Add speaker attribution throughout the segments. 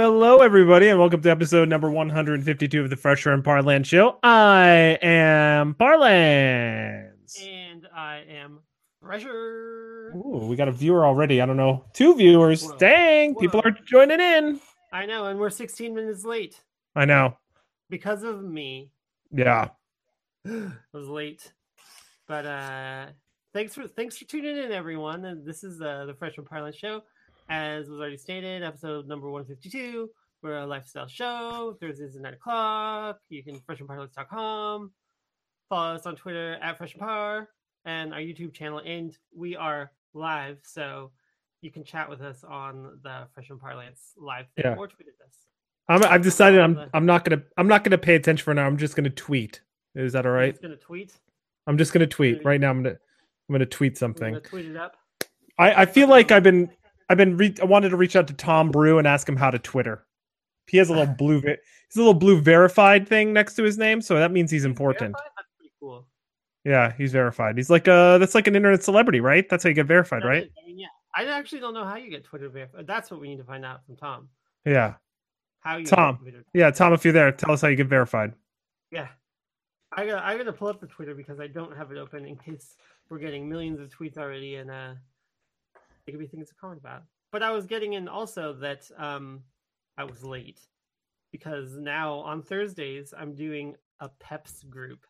Speaker 1: everybody, and welcome to episode number 152 of the Fresher and Parland Show. I am Parlands.
Speaker 2: And I am treasure.
Speaker 1: Ooh, we got a viewer already. I don't know. Two viewers.
Speaker 2: Whoa.
Speaker 1: Dang, people
Speaker 2: Whoa.
Speaker 1: are joining in.
Speaker 2: I know, and we're 16 minutes late
Speaker 1: I know.
Speaker 2: because of me.
Speaker 1: Yeah.
Speaker 2: I was late, but uh, thanks for thanks for tuning in, everyone. And This is uh, the Freshman Parlance Show, as was already stated, episode number 152. We're a lifestyle show. Thursdays at nine o'clock. You can freshmanparlance.com. Follow us on Twitter at freshmanpar and our YouTube channel, and we are live, so you can chat with us on the Freshman Parlance live thing
Speaker 1: Yeah.
Speaker 2: or tweet at us.
Speaker 1: I'm, I've decided I'm I'm not gonna I'm not gonna pay attention for now. I'm just gonna tweet. Is that all
Speaker 2: I'm
Speaker 1: right?
Speaker 2: just gonna tweet.
Speaker 1: I'm just gonna tweet right now. I'm gonna I'm gonna tweet
Speaker 2: I'm gonna
Speaker 1: something.
Speaker 2: tweet it up.
Speaker 1: I, I feel like I've been I've been re- I wanted to reach out to Tom Brew and ask him how to Twitter. He has a little blue ve- he's a little blue verified thing next to his name, so that means he's important.
Speaker 2: Verified? That's pretty cool.
Speaker 1: Yeah, he's verified. He's like uh that's like an internet celebrity, right? That's how you get verified,
Speaker 2: That's
Speaker 1: right?
Speaker 2: it. I mean, yeah. I actually don't know how you get Twitter verified. That's what we need to find out from Tom.
Speaker 1: Yeah.
Speaker 2: How you
Speaker 1: Tom.
Speaker 2: Get Twitter.
Speaker 1: Yeah, Tom, if you're there, tell us how you get verified.
Speaker 2: Yeah. I gotta I gotta pull up the Twitter because I don't have it open in case we're getting millions of tweets already and uh there could be things to comment about. But I was getting in also that um I was late because now on Thursdays I'm doing a Peps group,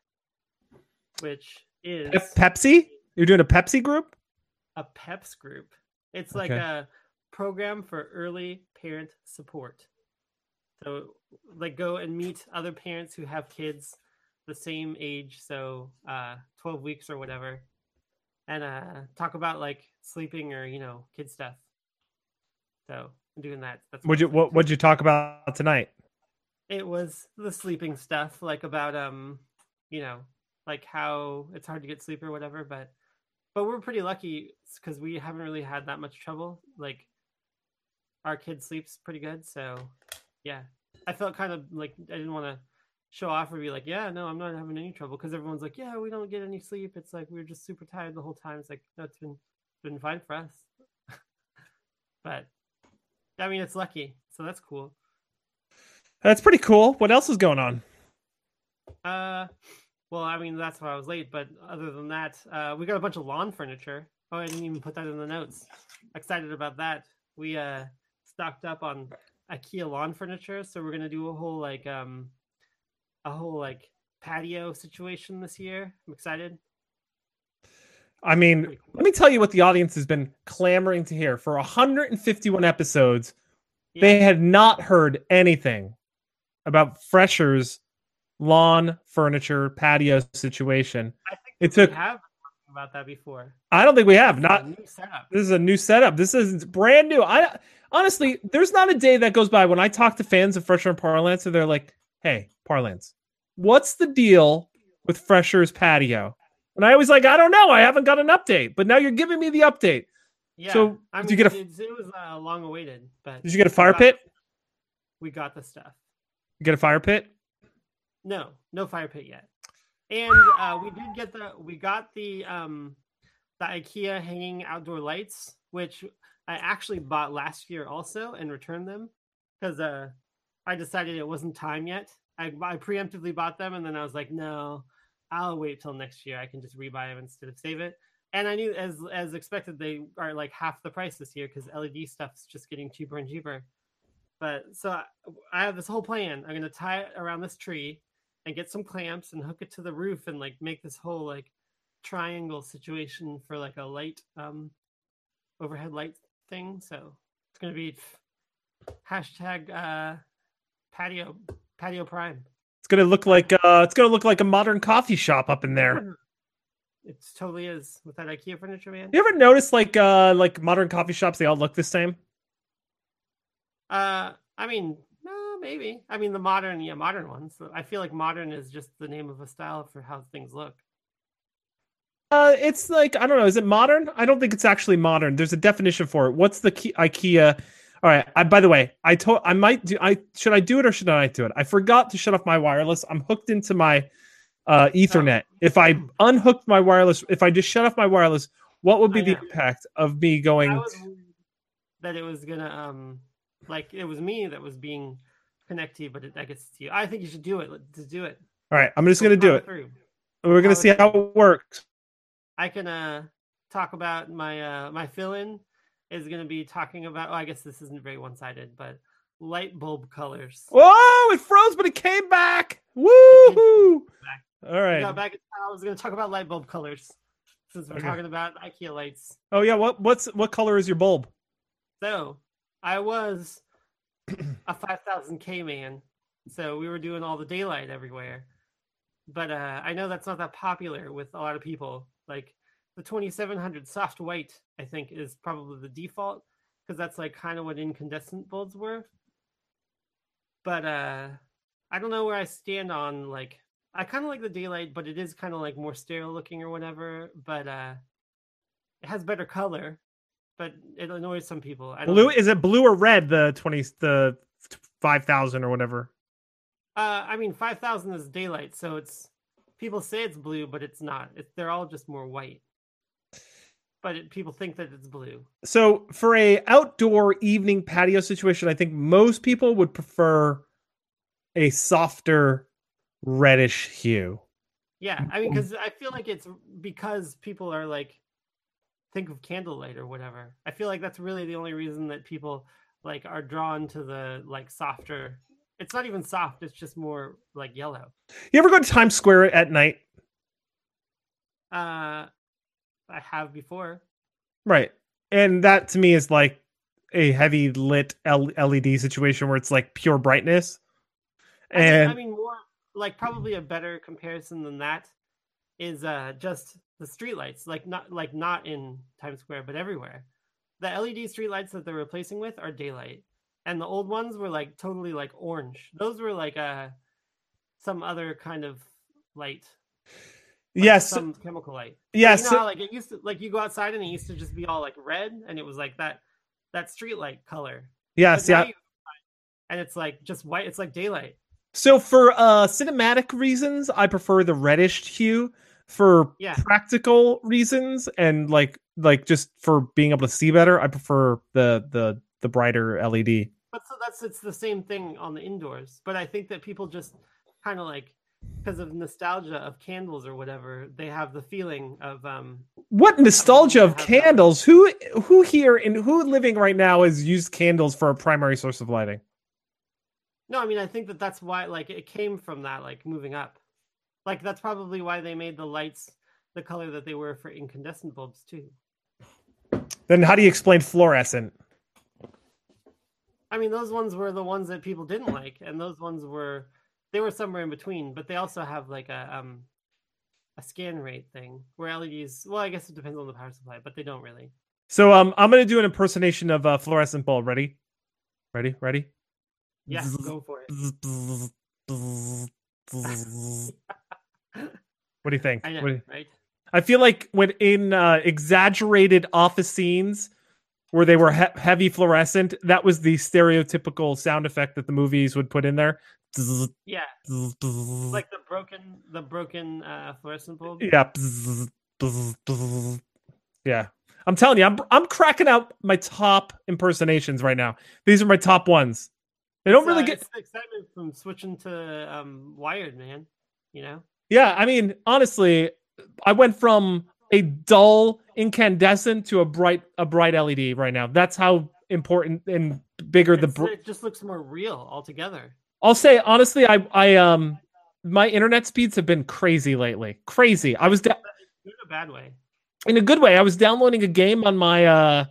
Speaker 2: which is
Speaker 1: Pep- Pepsi? You're doing a Pepsi group?
Speaker 2: a PEPS group. It's like
Speaker 1: Okay.
Speaker 2: a program for early parent support. So, like, go and meet other parents who have kids the same age, so uh, 12 weeks or whatever, and uh, talk about like sleeping or, you know, kid stuff. So, I'm doing that. That's
Speaker 1: Would you
Speaker 2: it's up
Speaker 1: what would you talk about tonight?
Speaker 2: it was the sleeping stuff like about um you know like how it's hard to get sleep or whatever but but we're pretty lucky because we haven't really had that much trouble like our kid sleeps pretty good so yeah i felt kind of like i didn't want to show off or be like yeah no i'm not having any trouble because everyone's like yeah we don't get any sleep it's like we're just super tired the whole time it's like no it's been been fine for us but i mean it's lucky so that's cool
Speaker 1: That's pretty cool. What else is going on?
Speaker 2: Uh, well, I mean that's why I was late. But other than that, uh, we got a bunch of lawn furniture. Oh, I didn't even put that in the notes. Excited about that. We uh stocked up on IKEA lawn furniture, so we're gonna do a whole like um a whole like patio situation this year. I'm excited.
Speaker 1: I mean,
Speaker 2: Pretty cool.
Speaker 1: Let me tell you what the audience has been clamoring to hear. For 151 episodes,
Speaker 2: Yeah.
Speaker 1: they had not heard anything about Fresher's lawn furniture patio situation.
Speaker 2: I think
Speaker 1: It
Speaker 2: we
Speaker 1: took-
Speaker 2: have talked about that before.
Speaker 1: I don't think we have.
Speaker 2: This is a
Speaker 1: Not
Speaker 2: new setup.
Speaker 1: this is a new setup. This is brand new. I honestly, there's not a day that goes by when I talk to fans of Fresher and Parlance and they're like, "Hey, Parlance, what's the deal with Fresher's patio?" And I always like, "I don't know. I haven't got an update." But now you're giving me the update.
Speaker 2: Yeah.
Speaker 1: so,
Speaker 2: I
Speaker 1: did
Speaker 2: mean,
Speaker 1: you get a-
Speaker 2: it's- it was uh, long awaited, but
Speaker 1: Did you get a
Speaker 2: we
Speaker 1: fire
Speaker 2: got-
Speaker 1: pit?
Speaker 2: We got the stuff.
Speaker 1: You get a fire pit?
Speaker 2: No, no fire pit yet. And uh, we did get the we got the um the IKEA hanging outdoor lights, which I actually bought last year also and returned them because uh I decided it wasn't time yet. I, I preemptively bought them and then I was like, no, I'll wait till next year. I can just rebuy them instead of save it. And I knew as as expected they are like half the price this year because LED stuff's just getting cheaper and cheaper. But so I, I have this whole plan. I'm gonna tie it around this tree and get some clamps and hook it to the roof and like make this whole like triangle situation for like a light um overhead light thing. So it's gonna be hashtag uh patio patio prime.
Speaker 1: It's gonna look like uh, it's gonna look like a modern coffee shop up in there.
Speaker 2: It totally is with that IKEA furniture man.
Speaker 1: You ever notice like uh, like modern coffee shops? They all look the same.
Speaker 2: Uh I mean uh, maybe. I mean the modern yeah, modern ones. I feel like modern is just the name of a style for how things look.
Speaker 1: Uh, it's like I don't know. Is it modern? I don't think it's actually modern. There's a definition for it. What's the key, IKEA? All right. I, by the way, I told I might do. I should I do it or should I not do it? I forgot to shut off my wireless. I'm hooked into my uh, Ethernet. If I unhooked my wireless, if I just shut off my wireless, what would be
Speaker 2: I
Speaker 1: the
Speaker 2: know.
Speaker 1: impact of me going?
Speaker 2: I was worried that it was gonna um Like it was me that was being connected, but it, that gets to you. I think you should do it. Let- Just do it.
Speaker 1: All right, I'm just gonna do
Speaker 2: Follow
Speaker 1: it.
Speaker 2: through.
Speaker 1: We're gonna see how it works.
Speaker 2: I can uh talk about my uh my fill-in is gonna be talking about. Oh, I guess this isn't very one-sided, but light bulb colors.
Speaker 1: Whoa! Oh, It froze, but it came back. Woo! All
Speaker 2: We
Speaker 1: right.
Speaker 2: got back. I was gonna talk about light bulb colors since we're
Speaker 1: Okay.
Speaker 2: talking about IKEA lights.
Speaker 1: Oh yeah. What what's what color is your bulb?
Speaker 2: So I was a 5000K man. So we were doing all the daylight everywhere. But uh, I know that's not that popular with a lot of people. Like the 2700 soft white, I think, is probably the default because that's like kind of what incandescent bulbs were. But uh, I don't know where I stand on like. I kind of like the daylight, but it is kind of like more sterile looking or whatever. But uh, it has better color, but it annoys some people. I don't
Speaker 1: Blue
Speaker 2: know.
Speaker 1: is it blue or red? The twenty the five thousand or whatever.
Speaker 2: Uh, I mean, five thousand is daylight, so it's people say it's blue, but it's not. It, they're all just more white. But it, people think that it's blue.
Speaker 1: So for a outdoor evening patio situation, I think most people would prefer a softer reddish hue.
Speaker 2: Yeah, I mean, because I feel like it's because people are like think of candlelight or whatever. I feel like that's really the only reason that people like are drawn to the like softer. It's not even soft. It's just more like yellow.
Speaker 1: You ever go to Times Square at night?
Speaker 2: Uh, I have before.
Speaker 1: Right. And that to me is like a heavy lit L- LED situation where it's like pure brightness.
Speaker 2: I mean-
Speaker 1: And
Speaker 2: I mean, more like probably a better comparison than that is uh just the streetlights, like not like not in Times Square, but everywhere. The LED streetlights that they're replacing with are daylight, and the old ones were like totally like orange. Those were like uh some other kind of light, like
Speaker 1: yes,
Speaker 2: some chemical light.
Speaker 1: yes.
Speaker 2: you know how, like it used to like you go outside and it used to just be all like red, and it was like that that streetlight color. But
Speaker 1: Yes,
Speaker 2: now
Speaker 1: yeah.
Speaker 2: you- and it's like just white. It's like daylight.
Speaker 1: So for uh cinematic reasons, I prefer the reddish hue. For
Speaker 2: Yeah.
Speaker 1: practical reasons and like like just for being able to see better, I prefer the the the brighter E LED.
Speaker 2: But so that's it's the same thing on the indoors. But I think that people just kind of like because of nostalgia of candles or whatever, they have the feeling of um
Speaker 1: What nostalgia of
Speaker 2: have that.
Speaker 1: candles? Who who here and who living right now is used candles for a primary source of lighting?
Speaker 2: no, I mean I think that that's why like it came from that like moving up. Like that's probably why they made the lights the color that they were for incandescent bulbs too.
Speaker 1: Then how do you explain fluorescent?
Speaker 2: I mean those ones were the ones that people didn't like and those ones were they were somewhere in between, but they also have like a um a scan rate thing where LEDs well I guess it depends on the power supply, but they don't really.
Speaker 1: So um, I'm gonna do an impersonation of a fluorescent bulb. Ready? Ready? Ready?
Speaker 2: Yeah, go for it.
Speaker 1: what do you think?
Speaker 2: I know,
Speaker 1: What do you-
Speaker 2: right?
Speaker 1: I feel like when in uh, exaggerated office scenes where they were he- heavy fluorescent, that was the stereotypical sound effect that the movies would put in there.
Speaker 2: Yeah, it's like the broken, the broken uh, fluorescent bulb.
Speaker 1: Yeah. Yeah. I'm telling you, I'm I'm cracking out my top impersonations right now. These are my top ones. They don't
Speaker 2: It's,
Speaker 1: really
Speaker 2: uh,
Speaker 1: get
Speaker 2: it's the excitement from switching to um, wired, man. You know,
Speaker 1: Yeah, I mean, honestly, I went from a dull incandescent to a bright a bright LED right now. That's how important and bigger the
Speaker 2: It's-
Speaker 1: br-
Speaker 2: it just looks more real altogether.
Speaker 1: I'll say honestly, I I um my internet speeds have been crazy lately. Crazy. I was da-
Speaker 2: In a bad way.
Speaker 1: in a good way. I was downloading a game on my uh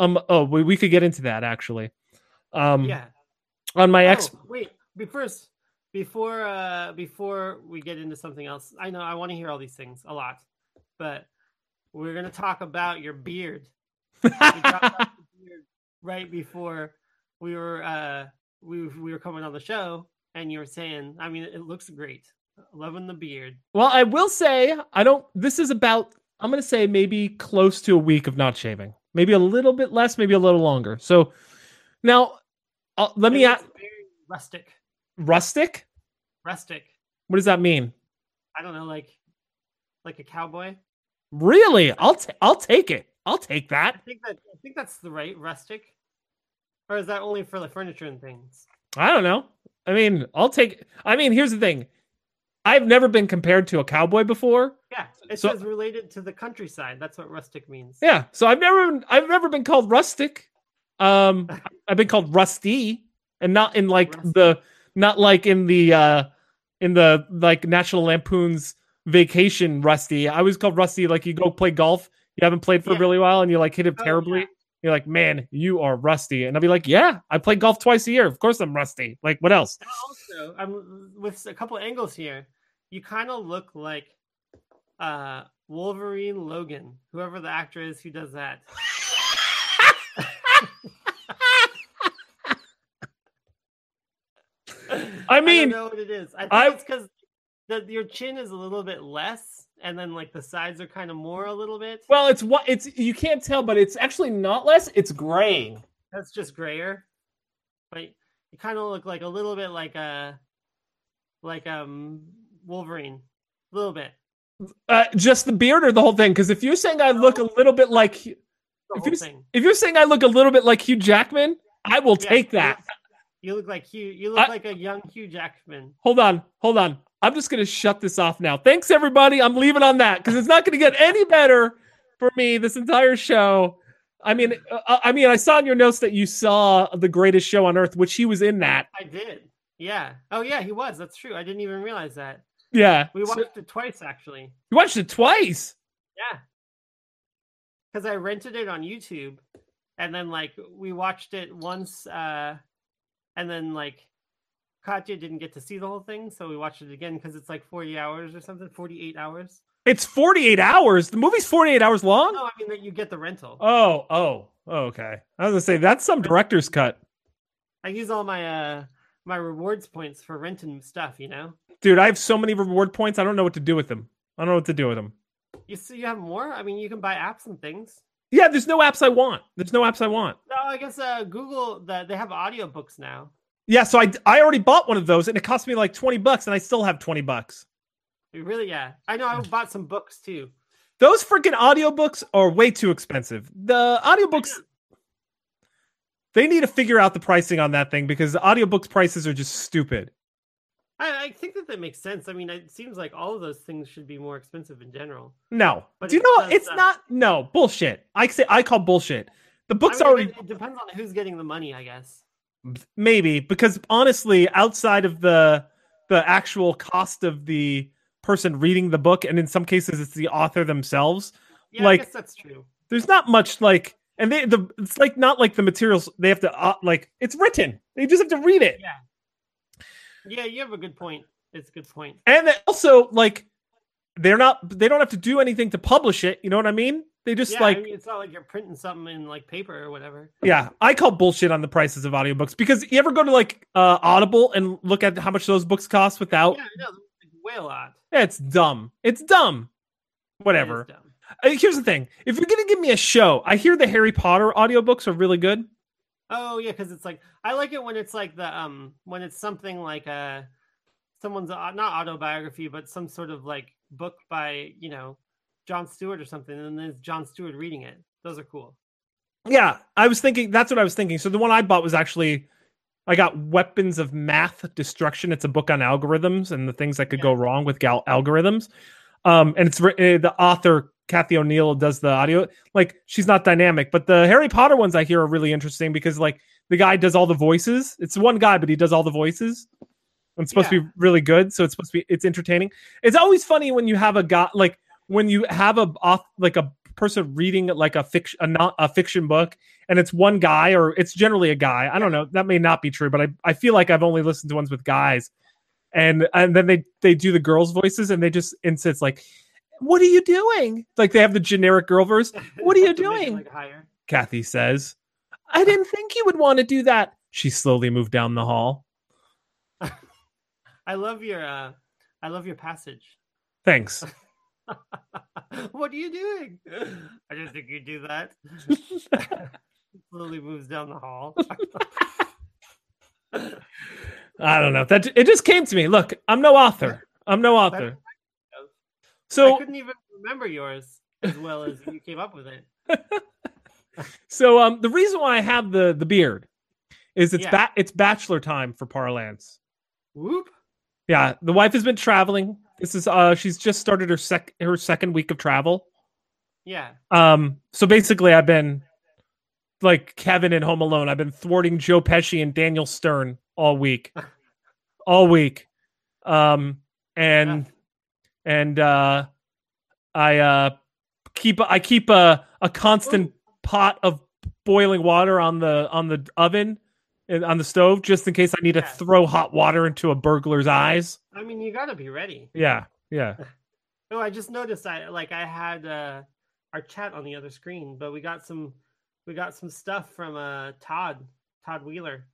Speaker 1: um oh we, we could get into that actually. Um
Speaker 2: Yeah.
Speaker 1: on my
Speaker 2: Oh,
Speaker 1: ex
Speaker 2: wait. Be first. Before uh, before we get into something else, I know I want to hear all these things a lot, but we're gonna talk about your beard. We dropped off the beard right before we were uh we we were coming on the show and you were saying i mean it looks great loving the beard
Speaker 1: Well, I will say I don't this is about I'm going to say maybe close to a week of not shaving. Maybe a little bit less, maybe a little longer. So now uh, let
Speaker 2: It
Speaker 1: me ask
Speaker 2: looks very rustic
Speaker 1: rustic?
Speaker 2: rustic
Speaker 1: What does that mean?
Speaker 2: i don't know like like a cowboy
Speaker 1: Really? I'll t- I'll take it. I'll take
Speaker 2: i
Speaker 1: that.
Speaker 2: think that i think that's the right rustic Or is that only for the furniture and things?
Speaker 1: I don't know. I mean, I'll take. I mean, here's the thing. I've never been compared to a cowboy before.
Speaker 2: Yeah, it
Speaker 1: So-
Speaker 2: says related to the countryside. That's what rustic means.
Speaker 1: Yeah, so I've never I've never been called rustic. Um, I've been called rusty, and not in like
Speaker 2: Rusty.
Speaker 1: the not like in the uh in the like National Lampoon's Vacation rusty. I was called rusty. Like you go play golf, you haven't played for a
Speaker 2: Yeah.
Speaker 1: really while, and you like hit it
Speaker 2: Oh, yeah.
Speaker 1: terribly. You're like, man, you are rusty, and I'll be like, yeah, I play golf twice a year. Of course, I'm rusty. Like, what else?
Speaker 2: Also, I'm with a couple angles here. You kind of look like uh Wolverine Logan, whoever the actor is who does that.
Speaker 1: I
Speaker 2: don't
Speaker 1: mean,
Speaker 2: know what it is. I think
Speaker 1: I-
Speaker 2: it's because that your chin is a little bit less, and then like the sides are kind of more a little bit.
Speaker 1: Well, it's what it's you can't tell, but it's actually not less. It's graying.
Speaker 2: That's just grayer, but you kind of look like a little bit like a like um Wolverine, a little bit.
Speaker 1: Uh, just the beard or the whole thing? Because if you're saying I look a little bit like, if
Speaker 2: The
Speaker 1: If
Speaker 2: whole
Speaker 1: you s-
Speaker 2: thing.
Speaker 1: you're saying I look a little bit like Hugh Jackman, I will
Speaker 2: Yeah,
Speaker 1: take
Speaker 2: you
Speaker 1: that. Uh,
Speaker 2: look- You look like Hugh. You look
Speaker 1: I-
Speaker 2: like a young Hugh Jackman.
Speaker 1: Hold on, hold on. I'm just gonna shut this off now. Thanks everybody. I'm leaving on that because it's not gonna get any better for me this entire show. I mean, uh, I mean, I saw in your notes that you saw the greatest show on earth, which he was in that.
Speaker 2: I did. Yeah. Oh yeah, he was. That's true. I didn't even realize that.
Speaker 1: Yeah,
Speaker 2: We
Speaker 1: So-
Speaker 2: watched it twice actually.
Speaker 1: you watched it twice.
Speaker 2: Yeah. Cuz I rented it on YouTube and then like we watched it once uh and then like Katya didn't get to see the whole thing, so we watched it again cuz it's like 40 hours or something, 48 hours.
Speaker 1: It's 48 hours. The movie's 48 hours long.
Speaker 2: No, I mean that you get the rental.
Speaker 1: Oh, oh, oh, okay. I was gonna say that's some director's cut,
Speaker 2: I use all my uh my rewards points for renting stuff, you know.
Speaker 1: dude. I have so many reward points. I don't know what to do with them. I don't know what to do with them.
Speaker 2: You see you have more? I mean, you can buy apps and things.
Speaker 1: Yeah, there's no apps I want. There's no apps I want.
Speaker 2: No, I guess uh, Google the, they have audiobooks now.
Speaker 1: Yeah, so I I already bought one of those, and it cost me like 20 bucks, and I still have 20 bucks.
Speaker 2: It really, yeah. I know I bought some books too.
Speaker 1: Those freaking audiobooks are way too expensive. The audiobooks they need to figure out the pricing on that thing because the audiobooks prices are just stupid.
Speaker 2: I, I think that that makes sense. I mean, it seems like all of those things should be more expensive in general.
Speaker 1: No.
Speaker 2: But
Speaker 1: do you
Speaker 2: it
Speaker 1: know
Speaker 2: does
Speaker 1: it's
Speaker 2: suck.
Speaker 1: not no bullshit. I say I call bullshit. The
Speaker 2: I
Speaker 1: books
Speaker 2: mean,
Speaker 1: already
Speaker 2: it, it depends on who's getting the money, I guess.
Speaker 1: maybe because honestly outside of the the actual cost of the person reading the book and in some cases it's the author themselves
Speaker 2: Yeah,
Speaker 1: Like-
Speaker 2: I guess that's true.
Speaker 1: there's not much like and they the it's like not like the materials they have to uh, like it's written they just have to read it
Speaker 2: Yeah, you have a good point. It's a good point.
Speaker 1: and they also like they're not they don't have to do anything to publish it you know what i mean they just
Speaker 2: yeah,
Speaker 1: like
Speaker 2: I mean, it's not like you're printing something in like paper or whatever.
Speaker 1: yeah i call bullshit on the prices of audiobooks because you ever go to like uh audible and look at how much those books cost without
Speaker 2: Yeah, I know. It's way a lot.
Speaker 1: Yeah, it's dumb. It's dumb.
Speaker 2: It is
Speaker 1: Whatever.
Speaker 2: dumb.
Speaker 1: Uh, Here's the thing. If you're going to give me a show, I hear the Harry Potter audiobooks are really good.
Speaker 2: Oh yeah, because it's like I like it when it's like the um when it's something like uh someone's au- not autobiography but some sort of like book by you know John Stewart or something, and then it's John Stewart reading it. Those are cool.
Speaker 1: Yeah, I was thinking that's what I was thinking. So the one I bought was actually I got Weapons of Math Destruction. It's a book on algorithms and the things that could go wrong with gal- algorithms. Um and it's writ- uh, the author Kathy O'Neill does the audio. Like she's not dynamic, but the Harry Potter ones I hear are really interesting because like the guy does all the voices. It's one guy, but he does all the voices. And It's supposed to be really good, so it's supposed to be it's entertaining. It's always funny when you have a guy like when you have a auth- like a person reading like a fiction a, not, a fiction book and it's one guy or it's generally a guy i don't know that may not be true but i, I feel like i've only listened to ones with guys and and then they they do the girls voices and they just insist like what are you doing like they have the generic girl verse What are you
Speaker 2: To make it,
Speaker 1: doing?
Speaker 2: Like higher.
Speaker 1: kathy says i didn't think you would want to do that she slowly moved down the hall
Speaker 2: I love your uh I love your passage.
Speaker 1: thanks
Speaker 2: what are you doing? I didn't think you'd do that. Slowly moves down the hall.
Speaker 1: i don't know that it just came to me look i'm no author i'm no author
Speaker 2: I
Speaker 1: so
Speaker 2: couldn't even remember yours as well as you came up with it.
Speaker 1: so um the reason why i have the the beard Is it's
Speaker 2: Yeah.
Speaker 1: ba- it's bachelor time for parlance.
Speaker 2: Whoop.
Speaker 1: Yeah, the wife has been traveling. This is uh she's just started her sec her second week of travel.
Speaker 2: Yeah.
Speaker 1: Um so basically I've been like Kevin in Home Alone. I've been thwarting Joe Pesci and Daniel Stern all week. all week. Um and and uh I uh keep I keep a a constant pot of boiling water on the on the oven and on the stove just in case I need to
Speaker 2: Yeah.
Speaker 1: throw hot water into a burglar's eyes.
Speaker 2: I mean, you gotta be ready.
Speaker 1: Yeah. Yeah.
Speaker 2: Oh, I just noticed I like I had uh, our chat on the other screen, but we got some we got some stuff from uh Todd Todd Wheeler.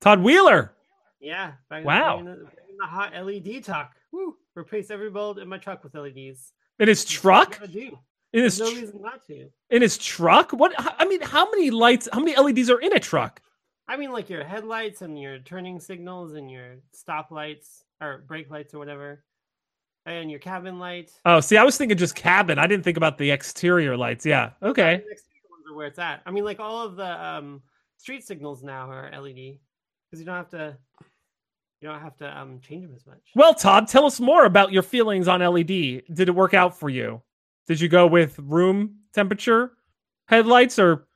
Speaker 1: Todd Wheeler.
Speaker 2: Yeah. bang-
Speaker 1: Wow.
Speaker 2: banging The, banging the hot LED talk. Woo! Replace every bulb in my truck with LEDs.
Speaker 1: In his truck?
Speaker 2: Gotta do.
Speaker 1: In his
Speaker 2: There's no
Speaker 1: tr-
Speaker 2: reason not to.
Speaker 1: in his truck? What h- I mean, how many lights, how many LEDs are in a truck?
Speaker 2: I mean, like your headlights and your turning signals and your stop lights or brake lights or whatever, and your cabin light.
Speaker 1: Oh, see, I was thinking just cabin. I didn't think about the exterior lights. Yeah. Okay.
Speaker 2: The next ones are where it's at. I mean, like all of the um, street signals now are LED because you don't have to you don't have to um, change them as much.
Speaker 1: Well, Todd, tell us more about your feelings on LED. Did it work out for you? Did you go with room temperature headlights or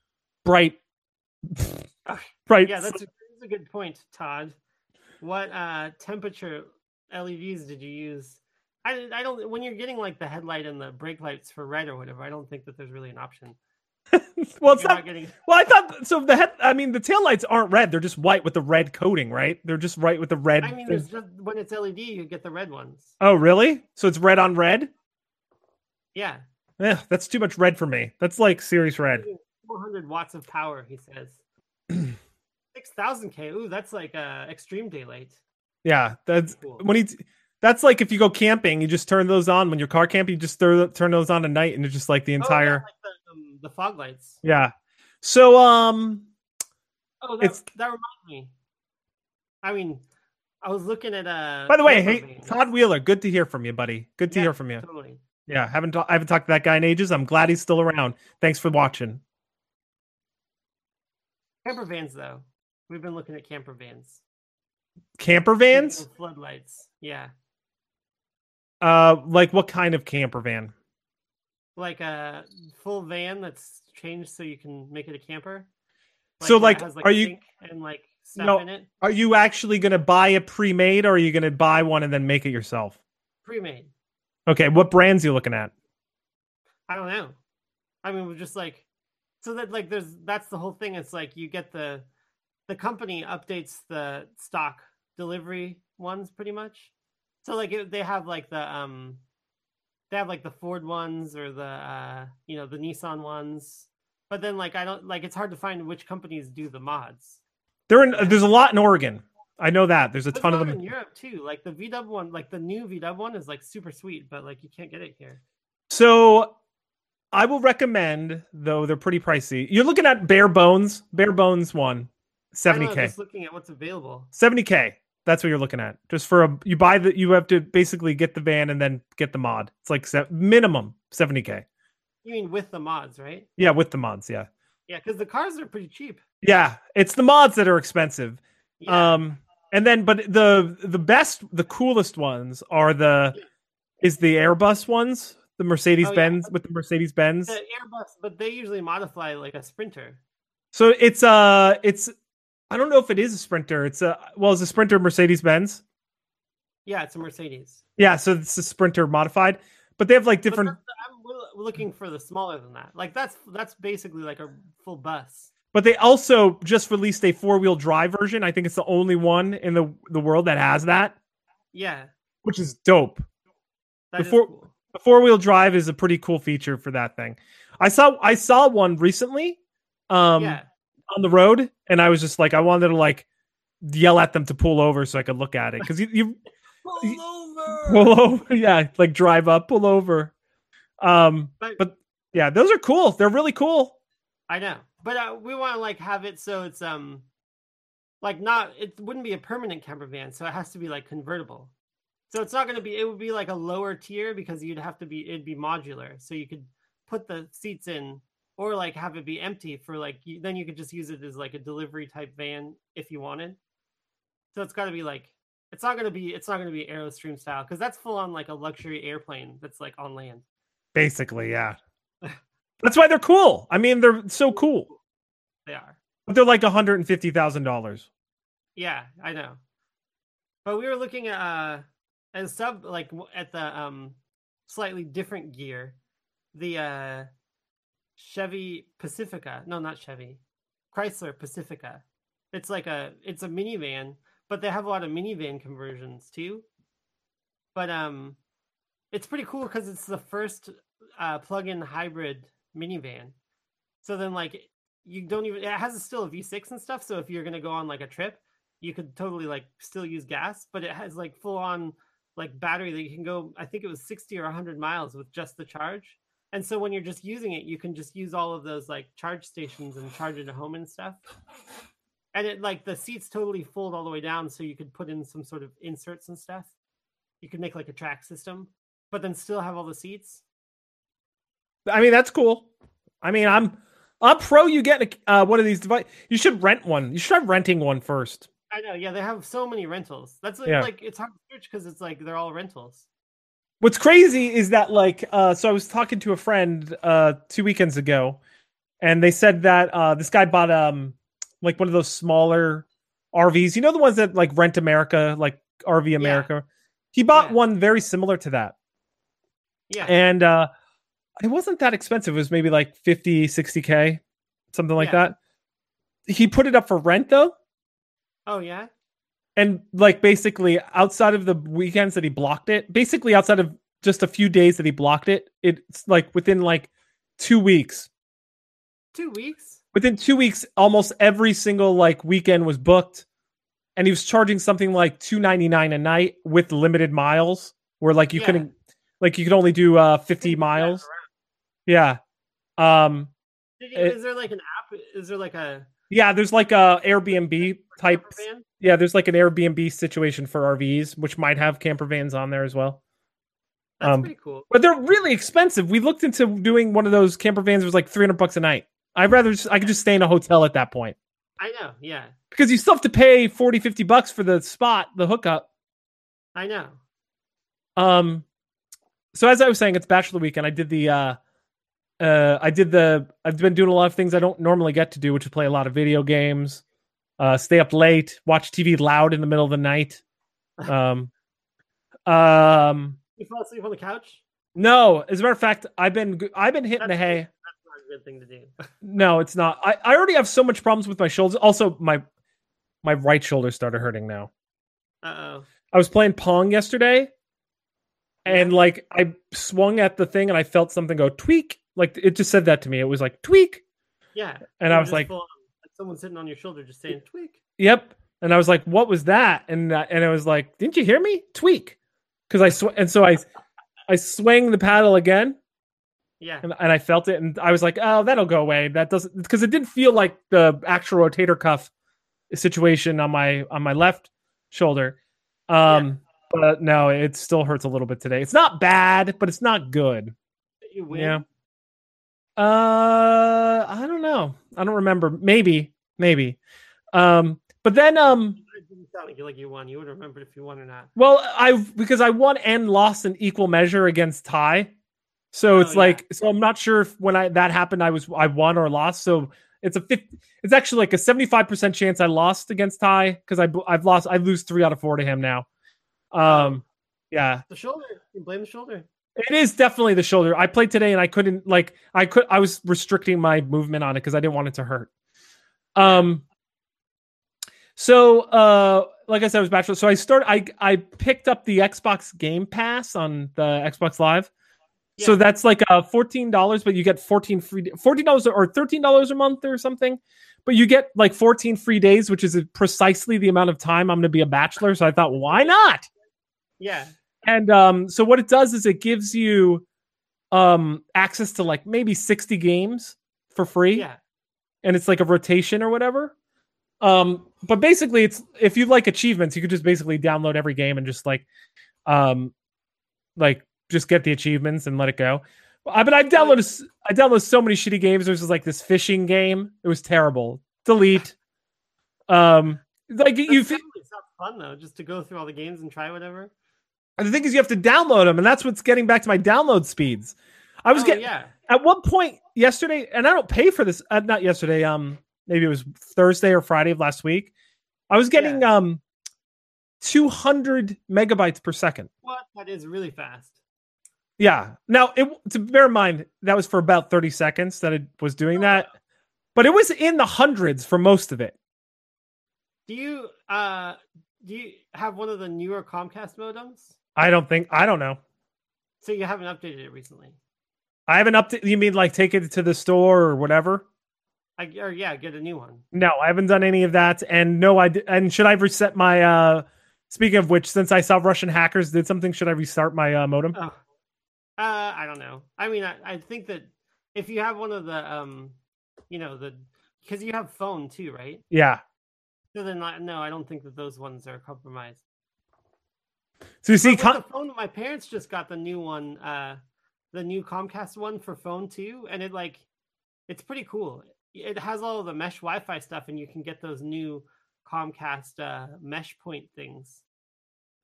Speaker 1: bright bright
Speaker 2: yeah, that's a, that's a good point, Todd. What uh, temperature LEDs did you use? I, I don't when you're getting like the headlight and the brake lights for red or whatever. I don't think that there's really an option.
Speaker 1: well, it's
Speaker 2: You're
Speaker 1: not,
Speaker 2: not getting
Speaker 1: well, I thought so the head I mean the taillights aren't red, they're just white with the red coating, right? They're just right with the red
Speaker 2: I mean, there's just when it's LED, you get the red ones.
Speaker 1: Oh, really? So it's red on red?
Speaker 2: Yeah,
Speaker 1: Eh, that's too much red for me. That's like serious red.
Speaker 2: 400 watts of power. He says 6,000 k. Ooh, that's like uh, extreme daylight.
Speaker 1: Yeah, that's
Speaker 2: Cool.
Speaker 1: when he. That's like if you go camping, you just turn those on when you're car camping. You just throw, turn those on at night, and it's just like the
Speaker 2: Oh, yeah,
Speaker 1: entire.
Speaker 2: like the, um, the fog lights.
Speaker 1: yeah. So um,
Speaker 2: Oh, that,
Speaker 1: It's-
Speaker 2: that reminds me. I mean, I was looking at uh.
Speaker 1: by the way,
Speaker 2: Paper
Speaker 1: hey
Speaker 2: Veins.
Speaker 1: Todd Wheeler, good to hear from you, buddy. Good to
Speaker 2: Yeah,
Speaker 1: hear from you.
Speaker 2: Totally.
Speaker 1: Yeah, haven't ta- I haven't talked to that guy in ages. I'm glad he's still around. Thanks for watching.
Speaker 2: Camper vans, though. We've been looking at camper vans.
Speaker 1: Camper vans?
Speaker 2: With Floodlights. Yeah.
Speaker 1: Uh, like what kind of camper van?
Speaker 2: Like a full van that's changed so you can make it a camper.
Speaker 1: So,
Speaker 2: where
Speaker 1: like,
Speaker 2: it has,
Speaker 1: are
Speaker 2: a
Speaker 1: you-
Speaker 2: sink and like stuff
Speaker 1: No,
Speaker 2: in it?
Speaker 1: Are you actually gonna buy a pre-made, or are you gonna buy one and then make it yourself?
Speaker 2: Pre-made.
Speaker 1: Okay, what brands you looking at?
Speaker 2: I don't know. I mean, we're just like, so that like, there's that's the whole thing. It's like you get the the company updates the stock delivery ones pretty much. So like it, they have like the um they have like the Ford ones or the uh you know the Nissan ones. But then like I don't like it's hard to find which companies do the mods.
Speaker 1: They're in. There's a lot in Oregon. I know that. There's a
Speaker 2: There's
Speaker 1: ton of
Speaker 2: lot
Speaker 1: them.
Speaker 2: in Europe too. Like the VW one, like the new VW one is like super sweet, but like you can't get it here.
Speaker 1: So I will recommend, though they're pretty pricey. You're looking at bare bones, bare bones one,
Speaker 2: I don't know,
Speaker 1: 70k,
Speaker 2: Just looking at what's available.
Speaker 1: 70k. That's what you're looking at. Just for a you buy the you have to basically get the van and then get the mod. It's like se- minimum 70k.
Speaker 2: You mean with the mods, right?
Speaker 1: Yeah, with the mods. Yeah,
Speaker 2: Yeah, because the cars are pretty cheap.
Speaker 1: yeah. It's the mods that are expensive.
Speaker 2: Yeah.
Speaker 1: Um, and then but the the best, the coolest ones are the is the Airbus ones, the Mercedes Benz with the Mercedes Benz.
Speaker 2: the Airbus, but they usually modify like a Sprinter.
Speaker 1: So it's uh it's I don't know if it is a sprinter. It's a well, it's a sprinter Mercedes Benz.
Speaker 2: Yeah, it's a Mercedes.
Speaker 1: Yeah, so it's a sprinter modified, but they have like
Speaker 2: But
Speaker 1: different.
Speaker 2: that's the- I'm will- looking for the smaller than that. Like that's that's basically like a full bus.
Speaker 1: But they also just released a four wheel drive version. I think it's the only one in the the world that has that,
Speaker 2: Yeah,
Speaker 1: which is dope.
Speaker 2: that is
Speaker 1: Before-
Speaker 2: cool.
Speaker 1: The four wheel drive is a pretty cool feature for that thing. I saw I saw one recently. Um,
Speaker 2: yeah,
Speaker 1: on the road and I was just like I wanted to like yell at them to pull over so I could look at it cuz you, you
Speaker 2: pull over.
Speaker 1: pull over yeah like drive up pull over um
Speaker 2: But-
Speaker 1: but yeah those are cool they're really cool
Speaker 2: I know, but uh, we want to like have it so it's um, like not it wouldn't be a permanent camper van, so it has to be like convertible. So it's not going to be. It would be like a lower tier because you'd have to be. It'd be modular, so you could put the seats in or like have it be empty for like you, then you could just use it as like a delivery type van if you wanted. So it's got to be like it's not gonna be it's not gonna be Aerostream style because that's full on like a luxury airplane that's like on land.
Speaker 1: Basically, yeah. That's why they're cool. I mean, they're so cool.
Speaker 2: They are.
Speaker 1: But they're like hundred and fifty thousand dollars.
Speaker 2: Yeah, I know. But we were looking at uh and sub like w- at the um slightly different gear, the uh Chevy Pacifica. No, not Chevy. Chrysler Pacifica. It's like a it's a minivan, but they have a lot of minivan conversions too. But um it's pretty cool cuz it's the first uh plug-in hybrid minivan. So then like you don't even it has a still a V6 and stuff, so if you're going to go on like a trip, you could totally like still use gas, but it has like full on like battery that you can go I think it was 60 or 100 miles with just the charge. And so when you're just using it, you can just use all of those like charge stations and charge it at home and stuff. And it like the seats totally fold all the way down, so you could put in some sort of inserts and stuff. You could make like a track system, but then still have all the seats.
Speaker 1: I mean, that's cool. I mean, I'm I'm pro you get uh, one of these device. You should rent one. You should try renting one first.
Speaker 2: I know, yeah, they have so many rentals. That's like,
Speaker 1: Yeah.
Speaker 2: like it's hard to search because it's like they're all rentals.
Speaker 1: What's crazy is that like uh so I was talking to a friend uh two weekends ago and they said that uh this guy bought um like one of those smaller RVs. You know the ones that like Rent America, like RV America. He bought
Speaker 2: Yeah.
Speaker 1: one very similar to that.
Speaker 2: Yeah,
Speaker 1: And uh it wasn't that expensive. It was maybe like 50, 60k, something like
Speaker 2: Yeah.
Speaker 1: that. He put it up for rent though.
Speaker 2: Oh yeah,
Speaker 1: and like basically outside of the weekends that he blocked it basically outside of just a few days that he blocked it it's like within like two weeks
Speaker 2: two weeks.
Speaker 1: within two weeks almost every single like weekend was booked and he was charging something like 299 a night with limited miles where like you
Speaker 2: Yeah.
Speaker 1: couldn't like you could only do uh 50
Speaker 2: Couldn't drive
Speaker 1: miles yeah um
Speaker 2: Did
Speaker 1: It-
Speaker 2: you, is there like an app? Is there like a
Speaker 1: yeah there's like a airbnb type
Speaker 2: camper van?
Speaker 1: yeah there's like an airbnb situation for rvs which might have camper vans on there as well
Speaker 2: That's
Speaker 1: um,
Speaker 2: pretty cool.
Speaker 1: But they're really expensive. We looked into doing one of those camper vans. It was like three hundred bucks a night. I'd rather just, I could just stay in a hotel at that point
Speaker 2: I know. Yeah,
Speaker 1: because you still have to pay 40, 50 bucks for the spot, the hookup.
Speaker 2: I know.
Speaker 1: Um, so as I was saying, it's bachelor weekend. I did the uh, uh, I did the I've been doing a lot of things I don't normally get to do, which is play a lot of video games, uh, stay up late, watch TV loud in the middle of the night. Um, um,
Speaker 2: You fall asleep on the couch.
Speaker 1: no, as a matter of fact, I've been I've been hitting the
Speaker 2: That's-
Speaker 1: hay.
Speaker 2: That's not a good thing to do.
Speaker 1: No, it's not. I, I already have so much problems with my shoulders. Also, my my right shoulder started hurting now.
Speaker 2: Uh oh.
Speaker 1: I was playing pong yesterday, and like I swung at the thing, and I felt something go tweak. Like it just said that to me. It was like tweak,
Speaker 2: Yeah.
Speaker 1: and
Speaker 2: you
Speaker 1: I
Speaker 2: were
Speaker 1: was
Speaker 2: just
Speaker 1: like,
Speaker 2: full on, like someone sitting on your shoulder just saying tweak.
Speaker 1: "Yep." And I was like, "What was that?" And uh, and I was like, "Didn't you hear me? Tweak." Because I sw- and so I I swang the paddle again,
Speaker 2: Yeah.
Speaker 1: and, and I felt it, and I was like, "Oh, that'll go away." That doesn't because it didn't feel like the actual rotator cuff situation on my on my left shoulder. Um, but no, it still hurts a little bit today. It's not bad, but it's not good.
Speaker 2: You win.
Speaker 1: Yeah. Uh, I don't know. I don't remember. Maybe, maybe. Um, but then um,
Speaker 2: It didn't sound like you, like you won. You would remember if you won or not.
Speaker 1: Well, I because I won and lost in equal measure against Ty, so
Speaker 2: Oh,
Speaker 1: it's
Speaker 2: yeah.
Speaker 1: like so I'm not sure if when I that happened I was I won or lost. So it's a 50, it's actually like a 75 percent chance I lost against Ty because I bl- I've lost I lose three out of four to him now. Um, yeah,
Speaker 2: The shoulder. You blame the shoulder.
Speaker 1: it is definitely the shoulder. I played today and I couldn't like I could I was restricting my movement on it because I didn't want it to hurt. Um so uh like I said, I was bachelor. So I started I I picked up the Xbox Game Pass on the Xbox Live. So
Speaker 2: Yeah.
Speaker 1: that's like uh fourteen dollars, but you get fourteen free fourteen dollars or thirteen dollars a month or something. But you get like fourteen free days, which is precisely the amount of time I'm going to be a bachelor. So I thought, why not?
Speaker 2: Yeah.
Speaker 1: And um, so what it does is it gives you um access to like maybe 60 games for free
Speaker 2: Yeah.
Speaker 1: and it's like a rotation or whatever. Um, but basically it's if you like achievements, you could just basically download every game and just like um like just get the achievements and let it go. I but I've downloaded s- I downloaded so many shitty games. There was like this fishing game. It was terrible. Delete. Um, like you.
Speaker 2: That's
Speaker 1: fi-
Speaker 2: totally- it's not fun though, just to go through all the games and try whatever.
Speaker 1: And the thing is, you have to download them, and that's what's getting back to my download speeds. I was
Speaker 2: Oh,
Speaker 1: getting
Speaker 2: yeah.
Speaker 1: at one point yesterday, and I don't pay for this. Uh, not yesterday. Um, maybe it was Thursday or Friday of last week. I was getting um, two hundred megabytes per second.
Speaker 2: What? That is really fast.
Speaker 1: Yeah. Now, it, to bear in mind, that was for about 30 seconds that it was
Speaker 2: Oh,
Speaker 1: doing that, but it was in the hundreds for most of it.
Speaker 2: Do you uh do you have one of the newer Comcast modems?
Speaker 1: I don't think, I don't know.
Speaker 2: So you haven't updated it recently.
Speaker 1: I haven't updated. You mean like take it to the store or whatever?
Speaker 2: I or yeah, get a new one.
Speaker 1: No, I haven't done any of that. And no, I di- and should I reset my, uh, speaking of which, since I saw Russian hackers did something, should I restart my uh, modem?
Speaker 2: Oh. Uh I don't know. I mean I, I think that if you have one of the um you know the because you have phone too, right?
Speaker 1: Yeah.
Speaker 2: So then I, no, I don't think that those ones are compromised.
Speaker 1: So you see,
Speaker 2: But
Speaker 1: con-
Speaker 2: with the phone my parents just got the new one, uh the new Comcast one for phone too, and it like it's pretty cool. It has all the mesh Wi-Fi stuff, and you can get those new Comcast uh, mesh point things.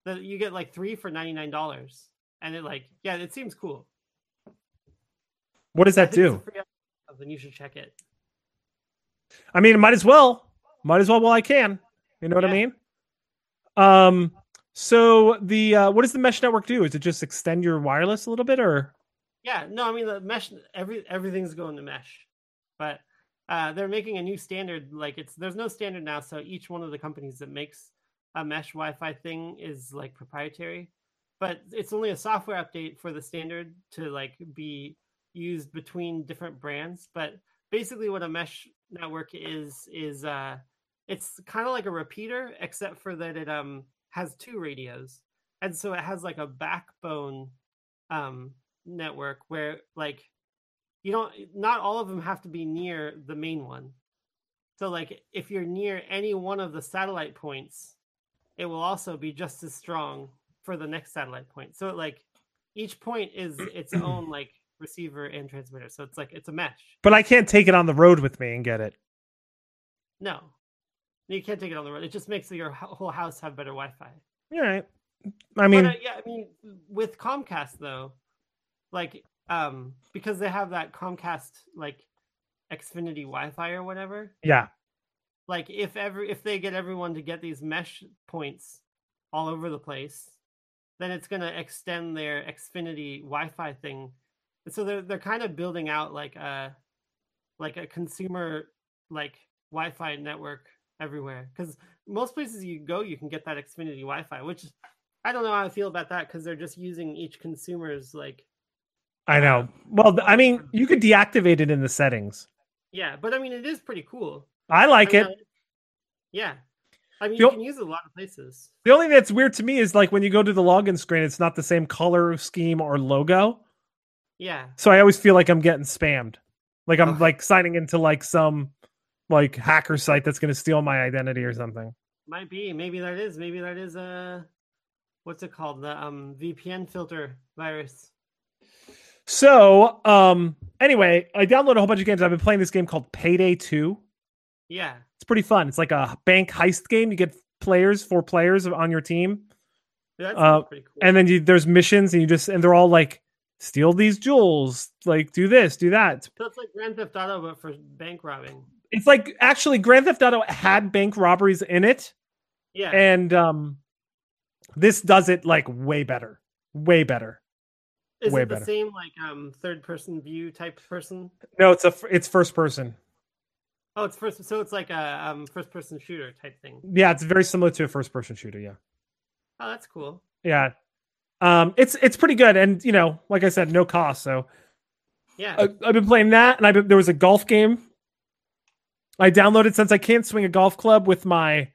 Speaker 2: That you get like three for ninety nine dollars, and it like yeah, it seems cool.
Speaker 1: what does
Speaker 2: I
Speaker 1: that
Speaker 2: think it's a
Speaker 1: do?
Speaker 2: free app, Then you should check it.
Speaker 1: I mean, might as well. Might as well while I can. You know what I
Speaker 2: Yeah.
Speaker 1: mean? Um. So the uh, what does the mesh network do? Is it just extend your wireless a little bit, or
Speaker 2: Yeah, no, I mean the mesh. Every everything's going to mesh, but uh, they're making a new standard. Like it's there's no standard now, so each one of the companies that makes a mesh Wi-Fi thing is like proprietary. But it's only a software update for the standard to like be used between different brands. But basically, what a mesh network is is uh, it's kind of like a repeater, except for that it um has two radios, and so it has like a backbone um network where like you don't not all of them have to be near the main one so like if you're near any one of the satellite points it will also be just as strong for the next satellite point so it, like each point is its own like receiver and transmitter so it's like it's a mesh
Speaker 1: but I can't take it on the road with me and get it.
Speaker 2: no you can't take it on the road it just makes your ho- whole house have better wi-fi
Speaker 1: All right. I mean,
Speaker 2: but, uh, yeah, I mean, with Comcast though, like, um, because they have that Comcast like Xfinity Wi-Fi or whatever.
Speaker 1: yeah.
Speaker 2: Like, if every if they get everyone to get these mesh points all over the place, then it's gonna extend their Xfinity Wi-Fi thing. And so they're they're kind of building out like a like a consumer like Wi-Fi network everywhere because most places you go, you can get that Xfinity Wi-Fi, which is- I don't know how I feel about that because they're just using each consumer's like
Speaker 1: I know. Well, th- I mean, you could deactivate it in the settings.
Speaker 2: yeah, but I mean it is pretty cool.
Speaker 1: I like
Speaker 2: I mean,
Speaker 1: it.
Speaker 2: I- yeah, I mean
Speaker 1: The o-
Speaker 2: you can use it a lot of places.
Speaker 1: The only thing that's weird to me is like when you go to the login screen, it's not the same color scheme or logo.
Speaker 2: Yeah,
Speaker 1: So I always feel like I'm getting spammed. Like I'm
Speaker 2: Ugh.
Speaker 1: like signing into like some like hacker site that's going to steal my identity or something.
Speaker 2: might be. Maybe that is. Maybe that is a what's it called? The um VPN filter virus.
Speaker 1: So, um, anyway, I downloaded a whole bunch of games. I've been playing this game called Payday 2.
Speaker 2: Yeah,
Speaker 1: It's pretty fun. It's like a bank heist game. You get players, four players on your team,
Speaker 2: that's
Speaker 1: Uh,
Speaker 2: pretty cool.
Speaker 1: and then you, there's missions, and you just and they're all like, steal these jewels, like do this, do that.
Speaker 2: so it's like Grand Theft Auto but for bank robbing.
Speaker 1: It's like actually Grand Theft Auto had bank robberies in it,
Speaker 2: Yeah,
Speaker 1: and um, this does it like way better, way better.
Speaker 2: is
Speaker 1: way
Speaker 2: it the
Speaker 1: better.
Speaker 2: same like um third person view type person?
Speaker 1: No, it's a f- it's first person.
Speaker 2: Oh, it's first. So it's like a um, first person shooter type thing.
Speaker 1: Yeah, it's very similar to a first person shooter. Yeah.
Speaker 2: Oh, that's cool.
Speaker 1: yeah um it's it's pretty good and you know like i said no cost so
Speaker 2: Yeah.
Speaker 1: I, i've been playing that and i've been, there was a golf game i downloaded since i can't swing a golf club with my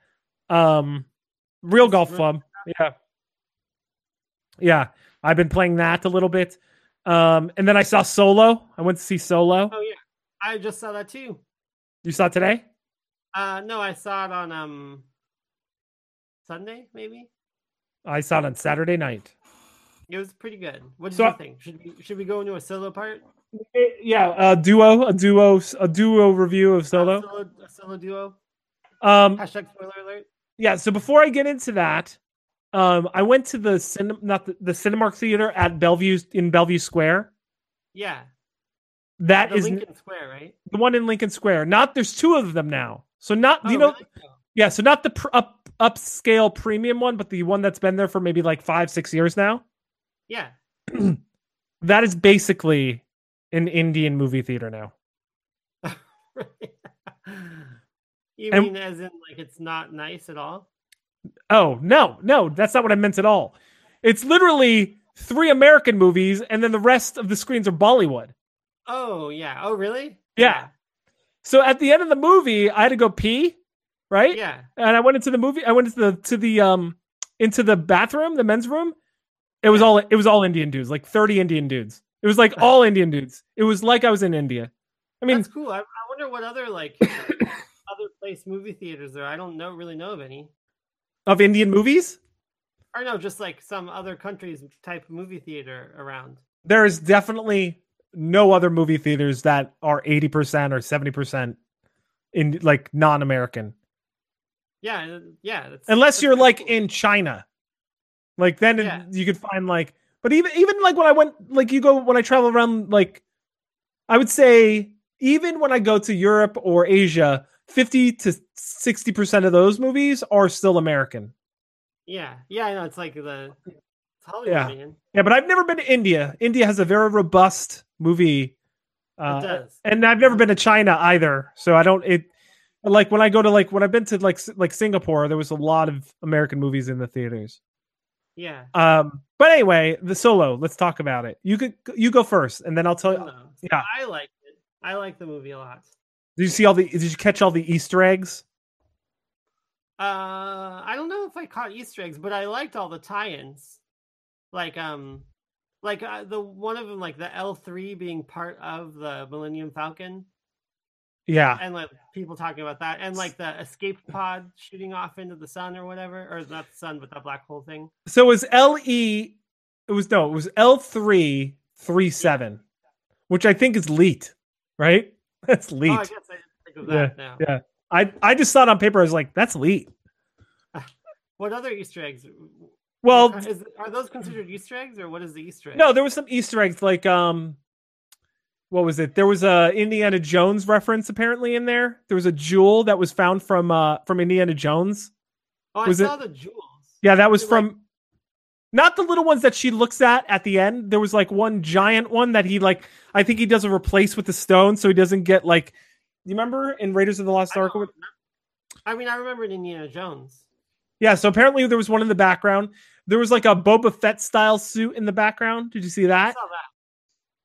Speaker 1: um real
Speaker 2: Just
Speaker 1: golf
Speaker 2: real-
Speaker 1: club yeah yeah i've been playing that a little bit um and then i saw solo i went to see solo
Speaker 2: oh yeah. I just saw that too.
Speaker 1: you saw it today
Speaker 2: Uh, no, I saw it on um Sunday maybe.
Speaker 1: i saw it on saturday night
Speaker 2: It was pretty good. What do
Speaker 1: So
Speaker 2: you
Speaker 1: I-
Speaker 2: think? Should we should we go into a solo part?
Speaker 1: Eh, yeah, a duo, a duo, a duo review of
Speaker 2: A
Speaker 1: Solo.
Speaker 2: solo, a solo duo.
Speaker 1: Um,
Speaker 2: Hashtag spoiler alert.
Speaker 1: yeah so before i get into that um i went to the cinema not the, the cinemark theater at bellevue in bellevue square
Speaker 2: Yeah,
Speaker 1: That
Speaker 2: the
Speaker 1: is
Speaker 2: Lincoln Square, right?
Speaker 1: the one in lincoln square not there's two of them now so not
Speaker 2: Oh,
Speaker 1: you know
Speaker 2: really?
Speaker 1: yeah so not the pr- up upscale premium one but the one that's been there for maybe like five six years now
Speaker 2: Yeah.
Speaker 1: that is basically an indian movie theater now
Speaker 2: you
Speaker 1: And-
Speaker 2: mean as in like it's not nice at all?
Speaker 1: oh no no that's not what i meant at all it's literally three american movies and then the rest of the screens are bollywood
Speaker 2: Oh yeah. Oh really?
Speaker 1: Yeah. So at the end of the movie, I had to go pee,
Speaker 2: Yeah.
Speaker 1: right?
Speaker 2: yeah.
Speaker 1: And I went into the movie. I went into the to the um into the bathroom, the men's room. It was all it was all Indian dudes, like thirty Indian dudes. It was like all Indian dudes. It was like I was in India. I mean,
Speaker 2: That's cool. I, I wonder what other like other place movie theaters there. are. I don't know really know of any.
Speaker 1: of Indian movies,
Speaker 2: Or no, just like some other countries type movie theater around.
Speaker 1: there is definitely no other movie theaters that are eighty percent or seventy percent in like non-American,
Speaker 2: Yeah, and- yeah. That's,
Speaker 1: unless
Speaker 2: that's
Speaker 1: you're
Speaker 2: kinda
Speaker 1: like
Speaker 2: cool.
Speaker 1: in China. Like then it-
Speaker 2: Yeah.
Speaker 1: you could find like, but even even like when I went, like you go when I travel around, like I would say even when I go to Europe or Asia, fifty to sixty percent of those movies are still American.
Speaker 2: Yeah, yeah. I know it's like the it's Hollywood.
Speaker 1: Yeah.
Speaker 2: man.
Speaker 1: Yeah, but I've never been to India. India has a very robust movie.
Speaker 2: it
Speaker 1: Uh,
Speaker 2: does.
Speaker 1: and I've never been to China either, so I don't it. Like when I go to like when I've been to like S- like Singapore, there was a lot of American movies in the theaters.
Speaker 2: yeah.
Speaker 1: Um, but anyway, the solo. Let's talk about it. You could you go first, and then I'll tell
Speaker 2: I
Speaker 1: you.
Speaker 2: don't know. So
Speaker 1: yeah.
Speaker 2: I liked it. I like the movie a lot.
Speaker 1: Did you see all the? Did you catch all the Easter eggs?
Speaker 2: Uh, I don't know if I caught Easter eggs, but I liked all the tie-ins. Like um, like uh, the one of them, like the L three being part of the Millennium Falcon,
Speaker 1: Yeah,
Speaker 2: and like people talking about that, and like the escape pod shooting off into the sun or whatever, or not the sun, but that black hole thing.
Speaker 1: So it was L E. It was no. It was L three three seven, which I think is leet, right? That's leet.
Speaker 2: Oh, I guess I didn't think of that now.
Speaker 1: yeah. I I just saw it on paper. I was like, that's leet.
Speaker 2: What other Easter eggs?
Speaker 1: Well,
Speaker 2: is, are those considered Easter eggs, or what is the Easter egg?
Speaker 1: no, there was some Easter eggs like um, what was it? There was a Indiana Jones reference apparently in there. There was a jewel that was found from uh from Indiana Jones.
Speaker 2: oh, I
Speaker 1: was it-
Speaker 2: saw the jewels.
Speaker 1: Yeah, that was
Speaker 2: Is it like-
Speaker 1: from not the little ones that she looks at at the end. There was like one giant one that he like I think he doesn't replace with the stone so he doesn't get like you remember in Raiders of the Lost
Speaker 2: I
Speaker 1: Ark?
Speaker 2: don't remember. I mean, I remember in Indiana Jones.
Speaker 1: Yeah, so apparently there was one in the background. There was like a Boba Fett style suit in the background. Did you see
Speaker 2: I
Speaker 1: that?
Speaker 2: saw that.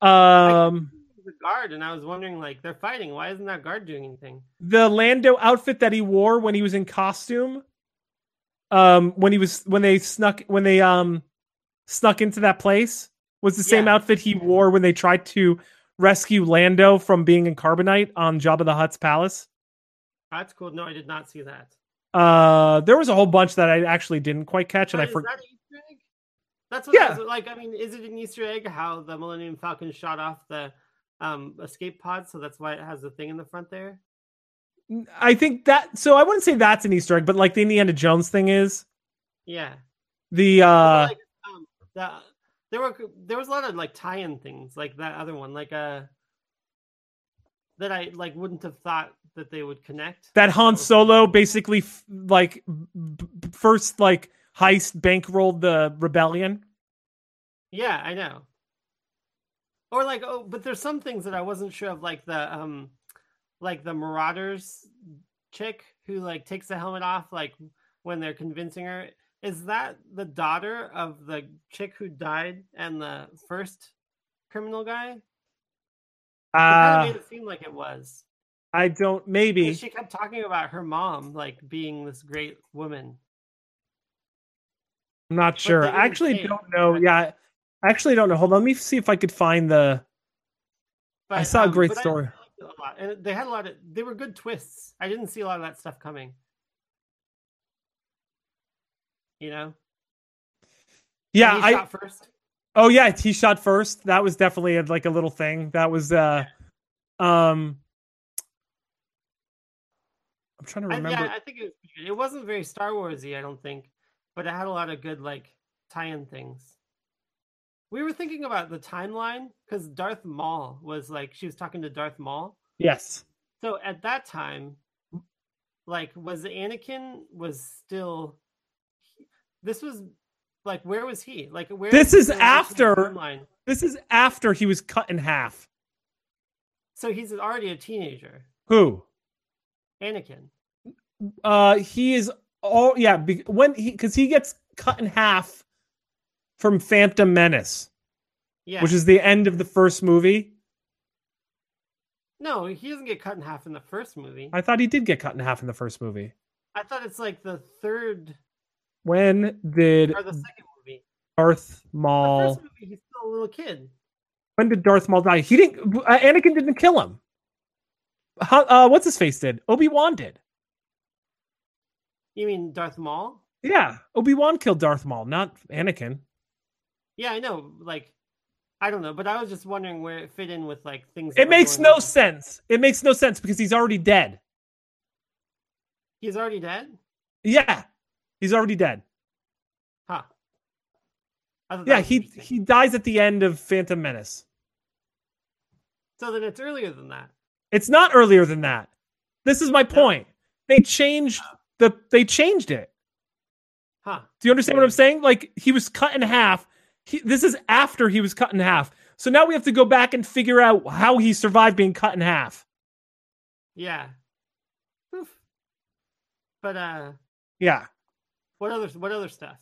Speaker 1: Um
Speaker 2: the guard, and I was wondering, like, they're fighting. Why isn't that guard doing anything?
Speaker 1: the Lando outfit that he wore when he was in costume um when he was when they snuck when they um snuck into that place was the same
Speaker 2: Yeah.
Speaker 1: outfit he wore when they tried to rescue Lando from being in carbonite on Jabba the Hutt's palace.
Speaker 2: Oh, That's cool. No, I did not see that.
Speaker 1: Uh there was a whole bunch that I actually didn't quite catch and
Speaker 2: But
Speaker 1: I
Speaker 2: is
Speaker 1: forgot
Speaker 2: that an Easter egg? That's what I
Speaker 1: Yeah.
Speaker 2: was- like. I mean, is it an Easter egg how the Millennium Falcon shot off the um escape pod? So that's why it has the thing in the front there.
Speaker 1: I think that so I wouldn't say that's an easter egg but like the Indiana Jones thing is
Speaker 2: Yeah.
Speaker 1: the
Speaker 2: But,
Speaker 1: uh
Speaker 2: like, um, the, there were there was a lot of like tie-in things like that other one like uh that I like wouldn't have thought that they would connect.
Speaker 1: that Han Solo basically f- like b- b- first like heist bankrolled the rebellion.
Speaker 2: Yeah, I know. Or like, oh, but there's some things that I wasn't sure of, like the um, like the Marauders chick who like takes the helmet off, like when they're convincing her. Is that the daughter of the chick who died and the first criminal guy? It kind
Speaker 1: Uh,
Speaker 2: of made it seem like it was.
Speaker 1: I don't.
Speaker 2: 'Cause
Speaker 1: Maybe
Speaker 2: She kept talking about her mom, like being this great woman.
Speaker 1: I'm not sure.
Speaker 2: they didn't
Speaker 1: I actually
Speaker 2: say it.
Speaker 1: don't know. Yeah, I actually don't know. Hold on, let me see if I could find the.
Speaker 2: But, um,
Speaker 1: saw a great
Speaker 2: but I
Speaker 1: story.
Speaker 2: liked it a lot, and they had a lot of. They were good twists. I didn't see a lot of that stuff coming. You know.
Speaker 1: Yeah,
Speaker 2: he
Speaker 1: I
Speaker 2: shot first.
Speaker 1: Oh yeah, he shot first. That was definitely a, like a little thing. That was uh um I'm trying to
Speaker 2: I,
Speaker 1: remember.
Speaker 2: yeah, I think it was pretty good. It wasn't very Star Warsy, I don't think, but it had a lot of good like tie-in things. We were thinking about the timeline because Darth Maul was like she was talking to Darth Maul.
Speaker 1: Yes.
Speaker 2: So at that time, like, was Anakin was still? This was like, where was he? Like, where?
Speaker 1: This
Speaker 2: in
Speaker 1: is
Speaker 2: the original
Speaker 1: after-
Speaker 2: timeline?
Speaker 1: This is after he was cut in half.
Speaker 2: So he's already a teenager,
Speaker 1: Who?
Speaker 2: Anakin.
Speaker 1: Uh he is all yeah, be, when he cuz he gets cut in half from Phantom Menace,
Speaker 2: Yeah.
Speaker 1: which is the end of the first movie.
Speaker 2: no, he doesn't get cut in half in the first movie. I,
Speaker 1: I thought he did get cut in half in the first movie.
Speaker 2: thought it's like the third
Speaker 1: When did
Speaker 2: or the second movie.
Speaker 1: Darth
Speaker 2: The
Speaker 1: Maul
Speaker 2: first movie, he's still a little kid.
Speaker 1: When did Darth Maul die? He didn't. Uh, Anakin didn't kill him. How, uh, what's his face did? Obi Wan did.
Speaker 2: You mean Darth Maul?
Speaker 1: Yeah, Obi Wan killed Darth Maul, not Anakin.
Speaker 2: Yeah, I know. Like, I don't know, but I was just wondering where it fit in with like things. that
Speaker 1: It
Speaker 2: were
Speaker 1: makes
Speaker 2: going
Speaker 1: no
Speaker 2: on.
Speaker 1: sense. It makes no sense because he's already dead.
Speaker 2: He's already dead.
Speaker 1: Yeah, he's already dead.
Speaker 2: Huh. I thought that
Speaker 1: Yeah,
Speaker 2: was
Speaker 1: he
Speaker 2: interesting.
Speaker 1: he dies at the end of Phantom Menace.
Speaker 2: So then it's earlier than that.
Speaker 1: It's not earlier than that. This is my point. They changed the. They changed it.
Speaker 2: Huh.
Speaker 1: Do you understand what I'm saying? Like he was cut in half. He, this is after he was cut in half. So now we have to go back and figure out how he survived being cut in half.
Speaker 2: Yeah. Oof. But uh
Speaker 1: Yeah,
Speaker 2: what other what other stuff?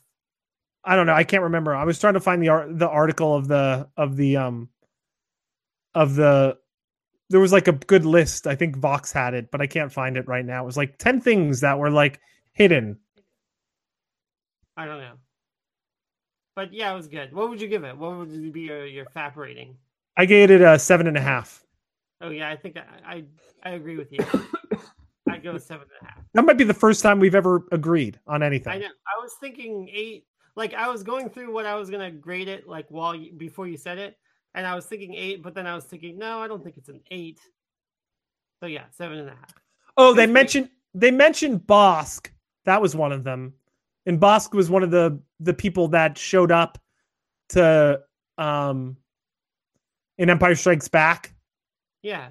Speaker 1: I don't know. I can't remember. I was trying to find the ar- the article of the of the um of the there was like a good list. I think Vox had it, but I can't find it right now. It was like 10 things that were like hidden.
Speaker 2: I don't know. But yeah, it was good. What would you give it? What would be your, your FAP rating?
Speaker 1: I gave it a seven and a half.
Speaker 2: Oh yeah, I think I I, I agree with you. I'd go with seven and a half.
Speaker 1: That might be the first time we've ever agreed on anything.
Speaker 2: I know. I was thinking eight. Like I was going through what I was gonna grade it like while you, before you said it, and I was thinking eight, but then I was thinking no, I don't think it's an eight. So yeah, seven and a half.
Speaker 1: Oh, they
Speaker 2: Excuse me?
Speaker 1: mentioned they mentioned Bosk. That was one of them, and Bosk was one of the the people that showed up to um in Empire Strikes Back.
Speaker 2: Yeah.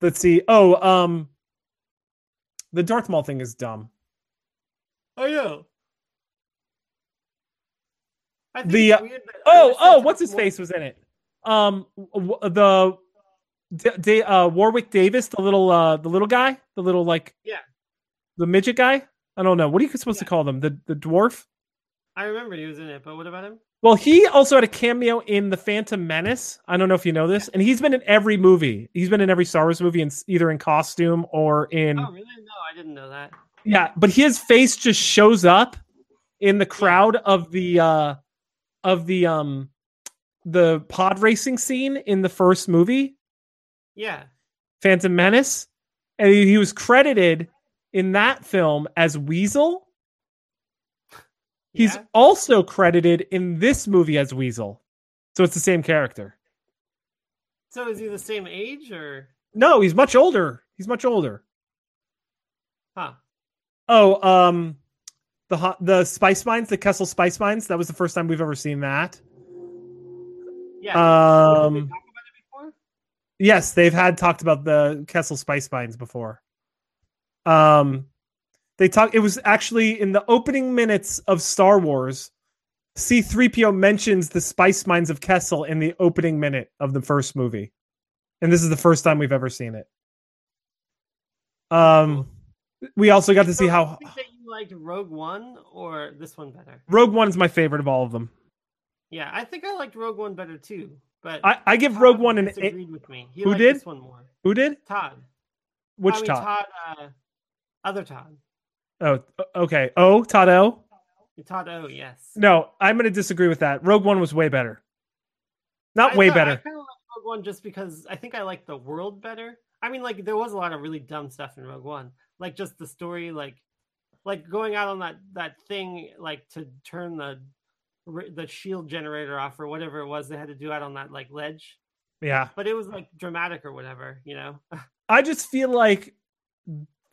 Speaker 1: Let's see. Oh, um, the Darth Maul thing is dumb.
Speaker 2: Oh yeah. I think
Speaker 1: The,
Speaker 2: it's
Speaker 1: uh,
Speaker 2: weird that
Speaker 1: Oh,
Speaker 2: Arista
Speaker 1: oh,
Speaker 2: took
Speaker 1: what's his
Speaker 2: more-
Speaker 1: face was in it? Um, w- w- the D- D- uh, Warwick Davis, the little uh, the little guy, the little like
Speaker 2: Yeah.
Speaker 1: the midget guy. I don't know what are you supposed to call them? The the dwarf.
Speaker 2: I remember he was in it, but what about him?
Speaker 1: Well, he also had a cameo in The Phantom Menace. I don't know if you know this, and he's been in every movie. He's been in every Star Wars movie, in, either in costume or in
Speaker 2: Oh really? No, I didn't know that.
Speaker 1: yeah. But his face just shows up in the crowd of the uh of the um the pod racing scene in the first movie,
Speaker 2: Yeah.
Speaker 1: Phantom Menace, and he, he was credited in that film as Weasel. He's
Speaker 2: yeah.
Speaker 1: also credited in this movie as Weasel, so it's the same character.
Speaker 2: So is he the same age or
Speaker 1: No, he's much older. He's much older.
Speaker 2: huh?
Speaker 1: Oh, um, the hot, the Spice Mines, the Kessel Spice Mines. That was the first time we've ever seen that.
Speaker 2: Yeah. Did we
Speaker 1: Um,
Speaker 2: talk about it before?
Speaker 1: yes, they've had talked about the Kessel Spice Mines before. Um, they talk. It was actually in the opening minutes of Star Wars. C three PO mentions the Spice Mines of Kessel in the opening minute of the first movie, and this is the first time we've ever seen it. Um, we also got to see
Speaker 2: So,
Speaker 1: how
Speaker 2: do you think that you liked Rogue One or this one better?
Speaker 1: Rogue One is my favorite of all of them.
Speaker 2: Yeah, I think I liked Rogue One better too. But
Speaker 1: I, I give
Speaker 2: Todd
Speaker 1: Rogue One an eight.
Speaker 2: disagreed with me. He
Speaker 1: Who
Speaker 2: liked
Speaker 1: did?
Speaker 2: this one more.
Speaker 1: Who did?
Speaker 2: Todd.
Speaker 1: Which
Speaker 2: I mean,
Speaker 1: Todd?
Speaker 2: uh, other Todd.
Speaker 1: Oh, okay. Oh, Todd O.
Speaker 2: Todd O. Yes.
Speaker 1: No, I'm going to disagree with that. Rogue One was way better. Not
Speaker 2: I
Speaker 1: way
Speaker 2: thought- I
Speaker 1: better.
Speaker 2: kind of like Rogue One just because I think I like the world better. I mean, like there was a lot of really dumb stuff in Rogue One, like just the story, like like going out on that that thing, like to turn the r- the shield generator off or whatever it was they had to do out on that like ledge.
Speaker 1: Yeah.
Speaker 2: But it was like dramatic or whatever, you know.
Speaker 1: I just feel like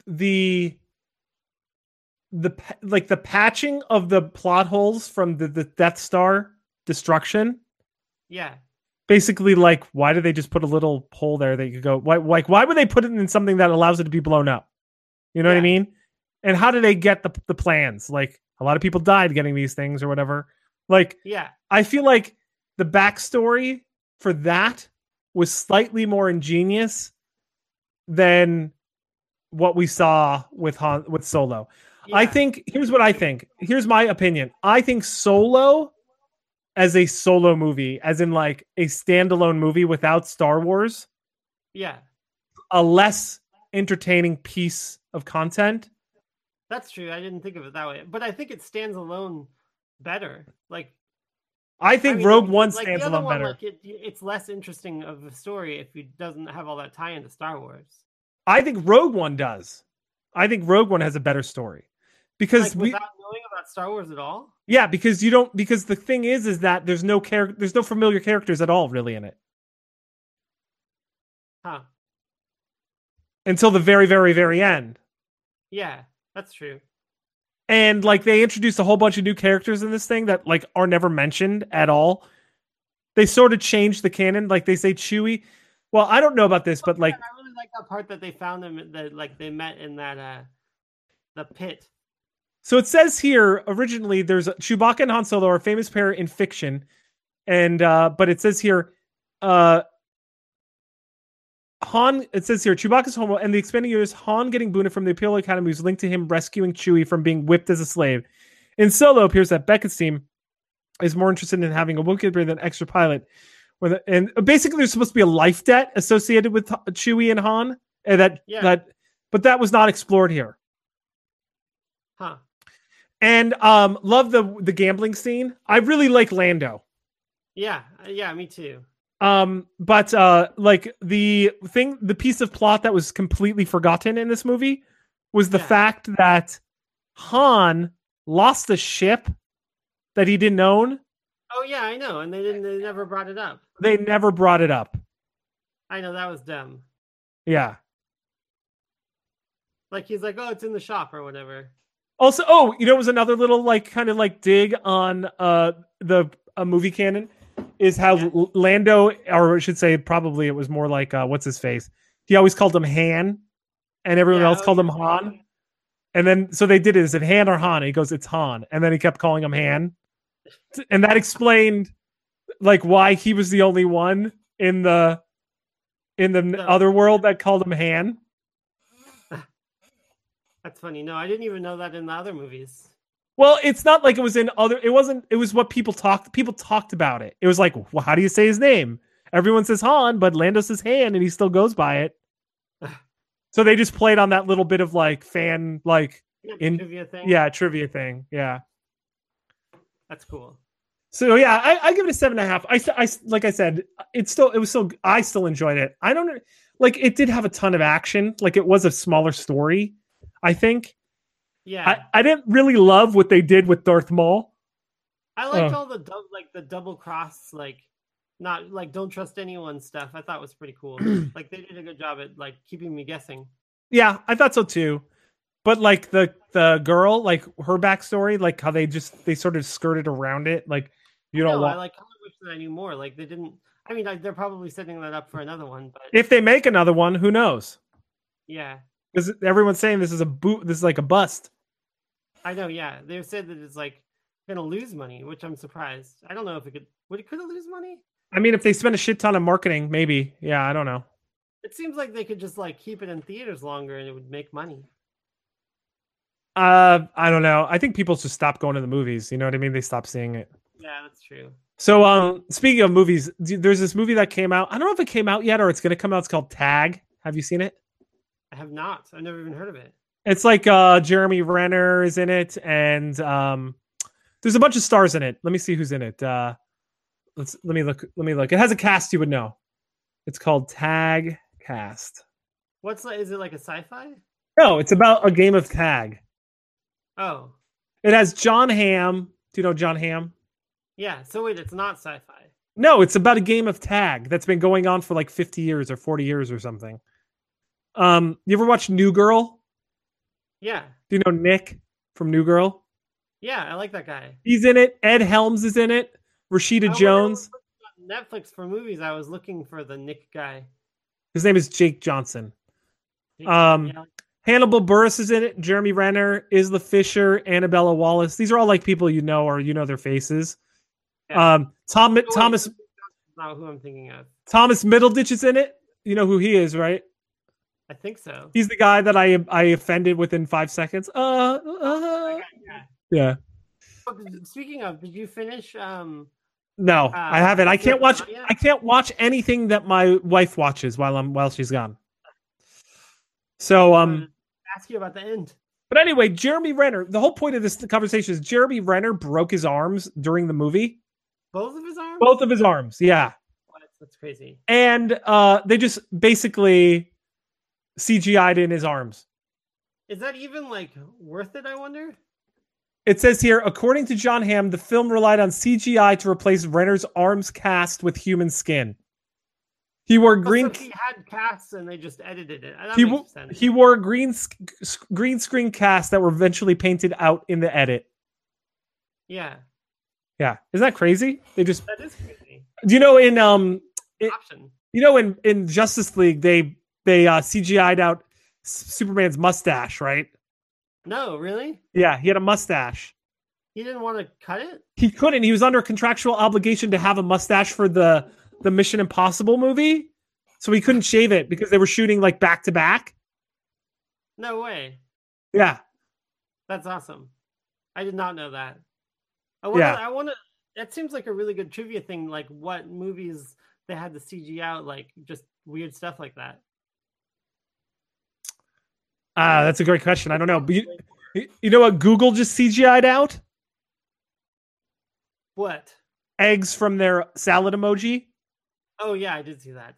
Speaker 1: the the pa- like the patching of the plot holes from the, the Death Star destruction.
Speaker 2: Yeah,
Speaker 1: Basically, like, why do they just put a little hole there that you go? Why, like, why would they put it in something that allows it to be blown up? You know what I
Speaker 2: Yeah.
Speaker 1: mean? And how do they get the the plans? Like, a lot of people died getting these things or whatever. Like,
Speaker 2: yeah,
Speaker 1: I feel like the backstory for that was slightly more ingenious than what we saw with Han with Solo. I
Speaker 2: yeah.
Speaker 1: think here's what I think. Here's my opinion. I think Solo as a solo movie, as in like a standalone movie without Star Wars,
Speaker 2: yeah,
Speaker 1: a less entertaining piece of content.
Speaker 2: that's true. I didn't think of it that way, but I think it stands alone better. Like
Speaker 1: I think
Speaker 2: mean,
Speaker 1: Rogue One
Speaker 2: like,
Speaker 1: stands
Speaker 2: the other
Speaker 1: alone
Speaker 2: one,
Speaker 1: better.
Speaker 2: Like it, it's less interesting of a story if it doesn't have all that tie into Star Wars.
Speaker 1: I think Rogue One does. I think Rogue One has a better story. Because
Speaker 2: Like
Speaker 1: we,
Speaker 2: without knowing about Star Wars at all.
Speaker 1: Yeah, because you don't because the thing is is that there's no character there's no familiar characters at all really in it
Speaker 2: Huh.
Speaker 1: until the very very very end.
Speaker 2: Yeah, that's true.
Speaker 1: And like they introduced a whole bunch of new characters in this thing that like are never mentioned at all. They sort of changed the canon like they say Chewie. Well, I don't know about this, but like
Speaker 2: And I really like that part that they found them at the like they met in that uh the pit.
Speaker 1: So it says here originally there's Chewbacca and Han Solo are a famous pair in fiction, and uh, but it says here, uh, Han. It says here Chewbacca's homo and the expanding years Han getting booted from the Imperial Academy is linked to him rescuing Chewie from being whipped as a slave. In Solo, it appears that Beckett's team is more interested in having a bookkeeper than an extra pilot. With a- and basically, there's supposed to be a life debt associated with H- Chewie and Han, and that
Speaker 2: Yeah.
Speaker 1: that, but that was not explored here.
Speaker 2: Huh.
Speaker 1: And um, love the the gambling scene. I really like Lando.
Speaker 2: Yeah, uh, yeah, me too.
Speaker 1: Um, but uh, like the thing, the piece of plot that was completely forgotten in this movie was the
Speaker 2: Yeah.
Speaker 1: fact that Han lost the ship that he didn't own.
Speaker 2: Oh yeah, I know. And they didn't they never brought it up.
Speaker 1: They never brought it up.
Speaker 2: I know that was dumb.
Speaker 1: Yeah.
Speaker 2: Like he's like, Oh, it's in the shop or whatever.
Speaker 1: Also, oh, you know, it was another little like kind of like dig on uh the a movie canon is how
Speaker 2: Yeah.
Speaker 1: L- Lando, or I should say, probably it was more like uh what's his face. He always called him Han, and everyone
Speaker 2: Yeah,
Speaker 1: else
Speaker 2: oh,
Speaker 1: called
Speaker 2: yeah.
Speaker 1: him Han. And then so they did it. Is it Han or Han? And he goes, it's Han, and then he kept calling him Han, and that explained like why he was the only one in the in the
Speaker 2: No.
Speaker 1: other world that called him Han.
Speaker 2: That's funny. No, I didn't even know that in the other movies.
Speaker 1: Well, it's not like it was in other. It wasn't. It was what people talked. People talked about it. It was like, well, how do you say his name? Everyone says Han, but Lando says Han, and he still goes by it. so they just played on that little bit of like fan, like
Speaker 2: Yeah,
Speaker 1: In-
Speaker 2: trivia thing.
Speaker 1: yeah, trivia thing. Yeah.
Speaker 2: That's cool.
Speaker 1: So yeah, I, I give it a seven and a half. I, s- I s- like I said, it's still it was so I still enjoyed it. I don't like it did have a ton of action. Like it was a smaller story. I think
Speaker 2: Yeah.
Speaker 1: I, I didn't really love what they did with Darth Maul.
Speaker 2: I liked
Speaker 1: Oh.
Speaker 2: all the dub, like the double cross, like not like don't trust anyone stuff. I thought was pretty cool. like they did a good job at like keeping me guessing.
Speaker 1: Yeah, I thought so too. But like the the girl, like her backstory, like how they just they sort of skirted around it. Like you don't
Speaker 2: no,
Speaker 1: want
Speaker 2: I like kind of wish that I knew more. Like they didn't. I mean, like, they're probably setting that up for another one, but
Speaker 1: if they make another one, who knows?
Speaker 2: yeah,
Speaker 1: Because everyone's saying this is a boot, this is like a bust.
Speaker 2: I know. Yeah, they said that it's like gonna lose money, which I'm surprised. I don't know if it could. Would it could it lose money?
Speaker 1: I mean, if they spend a shit ton of marketing, maybe. Yeah, I don't know.
Speaker 2: It seems like they could just like keep it in theaters longer and it would make money.
Speaker 1: Uh, I don't know. I think people just stop going to the movies. You know what I mean? They stop seeing it.
Speaker 2: Yeah, that's true.
Speaker 1: So, um, speaking of movies, d- there's this movie that came out. I don't know if it came out yet or it's going to come out. It's called Tag. Have you seen it?
Speaker 2: I have not. I've never even heard of it.
Speaker 1: It's like uh Jeremy Renner is in it, and um there's a bunch of stars in it. Let me see who's in it. Uh let's let me look let me look. It has a cast you would know. It's called Tag Cast.
Speaker 2: What's like? Is it like a sci-fi?
Speaker 1: No, it's about a game of tag.
Speaker 2: Oh,
Speaker 1: It has John Hamm. Do you know John Hamm?
Speaker 2: Yeah. So wait, it's not sci-fi.
Speaker 1: No, it's about a game of tag that's been going on for like 50 years or 40 years or something. Um, you ever watch New Girl?
Speaker 2: Yeah.
Speaker 1: Do you know Nick from New Girl?
Speaker 2: Yeah, I like that guy.
Speaker 1: He's in it. Ed Helms is in it. Rashida
Speaker 2: I- when I
Speaker 1: Jones.
Speaker 2: was looking on Netflix for movies. I was looking for the Nick guy.
Speaker 1: His name is Jake Johnson.
Speaker 2: Nick-
Speaker 1: Um,
Speaker 2: yeah.
Speaker 1: Hannibal Burris is in it. Jeremy Renner, Isla Fisher, Annabella Wallace. These are all like people you know or you know their faces.
Speaker 2: Yeah.
Speaker 1: Um, Tom
Speaker 2: Oh, wait,
Speaker 1: Thomas
Speaker 2: that's not who I'm thinking of.
Speaker 1: Thomas Middleditch is in it. You know who he is, right?
Speaker 2: I think so.
Speaker 1: He's the guy that I I offended within five seconds. Uh, uh
Speaker 2: Yeah.
Speaker 1: yeah.
Speaker 2: But did- speaking of, did you finish? Um,
Speaker 1: No,
Speaker 2: Uh,
Speaker 1: I haven't. I can't watch.
Speaker 2: yeah.
Speaker 1: I can't watch anything that my wife watches while I'm while she's gone. So
Speaker 2: Hmm.
Speaker 1: um.
Speaker 2: ask you about the end.
Speaker 1: But anyway, Jeremy Renner, the whole point of this conversation is Jeremy Renner broke his arms during the movie.
Speaker 2: Both of his arms.
Speaker 1: Both of his arms, yeah.
Speaker 2: What? That's crazy.
Speaker 1: And uh they just basically CGI'd in his arms.
Speaker 2: Is that even like worth it? I wonder.
Speaker 1: It says here, according to John Hamm, the film relied on CGI to replace Renner's arms cast with human skin. He wore
Speaker 2: Also,
Speaker 1: green
Speaker 2: he had casts and they just edited it. That
Speaker 1: He w-
Speaker 2: makes sense.
Speaker 1: he wore green sc- sc- green screen casts that were eventually painted out in the edit.
Speaker 2: yeah,
Speaker 1: Yeah, isn't that crazy? They just
Speaker 2: that is crazy.
Speaker 1: Do you know in um It-
Speaker 2: Option.
Speaker 1: You know, in in Justice League, they they uh, CGI'd out S- Superman's mustache, right?
Speaker 2: No, really?
Speaker 1: Yeah, he had a mustache.
Speaker 2: He didn't want to cut it.
Speaker 1: He couldn't. He was under contractual obligation to have a mustache for the the Mission Impossible movie, so he couldn't shave it because they were shooting like back to back.
Speaker 2: No way.
Speaker 1: Yeah,
Speaker 2: That's awesome. I did not know that. I want.
Speaker 1: Yeah.
Speaker 2: I want to. That seems like a really good trivia thing. Like what movies they had the CG out, like just weird stuff like that.
Speaker 1: uh, that's a great question. I don't know. But you, you- you know what? Google just CGI'd out
Speaker 2: What?
Speaker 1: eggs from their salad emoji.
Speaker 2: Oh yeah, I did see that.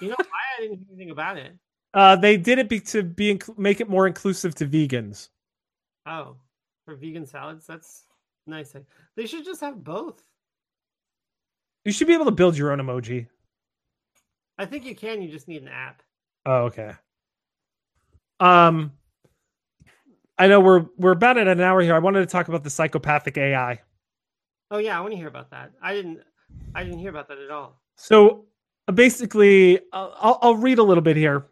Speaker 2: you know why I didn't hear anything about it?
Speaker 1: Uh, they did it be, to be inc- make it more inclusive to vegans.
Speaker 2: Oh, for vegan salads, that's nice. I- They should just have both.
Speaker 1: You should be able to build your own emoji.
Speaker 2: I think you can. You just need an app.
Speaker 1: Oh, okay. Um, I know we're we're about at an hour here. I wanted to talk about the psychopathic AI.
Speaker 2: Oh yeah, I want to hear about that. I didn't. I didn't hear about that at all.
Speaker 1: So uh, basically, I'll, I'll- I'll read a little bit here.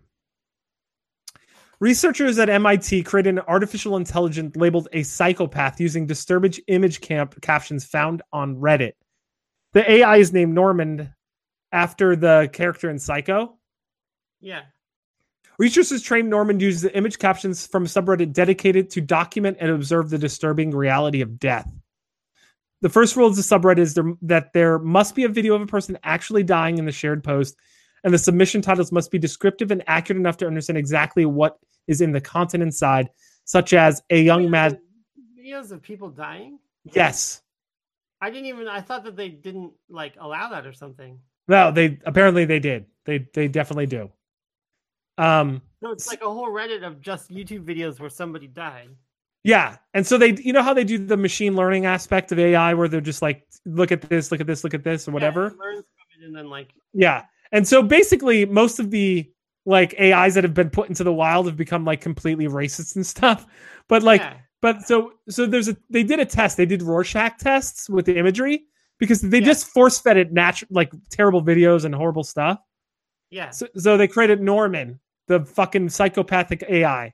Speaker 1: Researchers at MIT created an artificial intelligence labeled a psychopath using disturbing image camp captions found on Reddit. The AI is named Norman after the character in Psycho.
Speaker 2: Yeah.
Speaker 1: Researchers trained Norman uses the image captions from a subreddit dedicated to document and observe the disturbing reality of death. The first rule of the subreddit is there, that there must be a video of a person actually dying in the shared post, and the submission titles must be descriptive and accurate enough to understand exactly what is in the content inside, such as a young
Speaker 2: Wait,
Speaker 1: man.
Speaker 2: there's Videos of people dying.
Speaker 1: Yes.
Speaker 2: I didn't even. I thought that they didn't like allow that or something.
Speaker 1: No, they apparently they did. They they definitely do. Um
Speaker 2: No, it's
Speaker 1: S-
Speaker 2: like a whole Reddit of just YouTube videos where somebody died.
Speaker 1: Yeah. And so they, you know how they do the machine learning aspect of AI where they're just like, look at this, look at this, look at this, or
Speaker 2: Yeah,
Speaker 1: whatever.
Speaker 2: it learns from it and then like
Speaker 1: Yeah. And so basically, most of the like AIs that have been put into the wild have become like completely racist and stuff. But like,
Speaker 2: yeah,
Speaker 1: but so, so there's a, they did a test. They did Rorschach tests with the imagery because they
Speaker 2: Yeah.
Speaker 1: just force fed it natural, like terrible videos and horrible stuff.
Speaker 2: yeah.
Speaker 1: So, so they created Norman, the fucking psychopathic AI.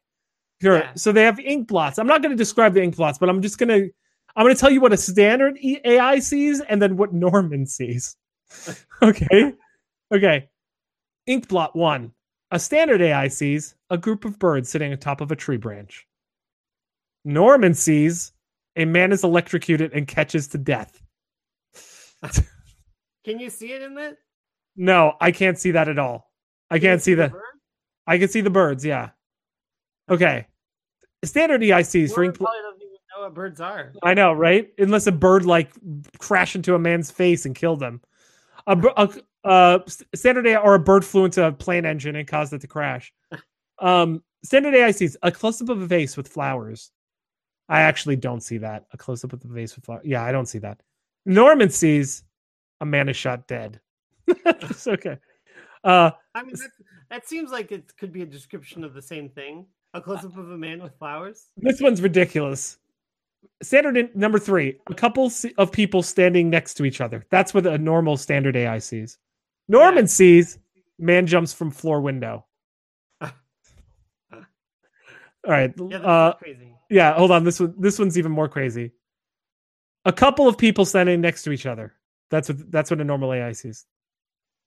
Speaker 1: Sure.
Speaker 2: Yeah.
Speaker 1: So they have ink blots. I'm not going to describe the ink blots, but I'm just going to I'm going to tell you what a standard E- AI sees and then what Norman sees. okay. Okay. Ink blot 1. A standard AI sees a group of birds sitting atop of a tree branch. Norman sees a man is electrocuted and catches to death.
Speaker 2: Can you see it in that?
Speaker 1: No, I can't see that at all. I
Speaker 2: Can you
Speaker 1: can't see
Speaker 2: the
Speaker 1: that.
Speaker 2: bird?
Speaker 1: I can see the birds. Yeah. Okay. Standard E EICs for
Speaker 2: Lauren
Speaker 1: ink. blo-
Speaker 2: probably doesn't even know what birds are.
Speaker 1: I know, right? Unless a bird like crashed into a man's face and killed him. A, bir- a uh, s- standard AI or a bird flew into a plane engine and caused it to crash. Um, standard AICs, a close up of a vase with flowers. I actually don't see that. A close up of the vase with flowers. Yeah, I don't see that. Norman sees a man is shot dead. it's okay. Uh,
Speaker 2: I mean, that, that seems like it could be a description of the same thing. A close up of a man with flowers.
Speaker 1: this one's ridiculous. Standard in, number three: a couple se- of people standing next to each other. That's what a normal standard AI sees. Norman
Speaker 2: Yeah.
Speaker 1: sees man jumps from floor window. All right.
Speaker 2: Yeah, that's
Speaker 1: uh,
Speaker 2: crazy.
Speaker 1: yeah hold on this one this one's even more crazy a couple of people standing next to each other that's what that's what a normal ai sees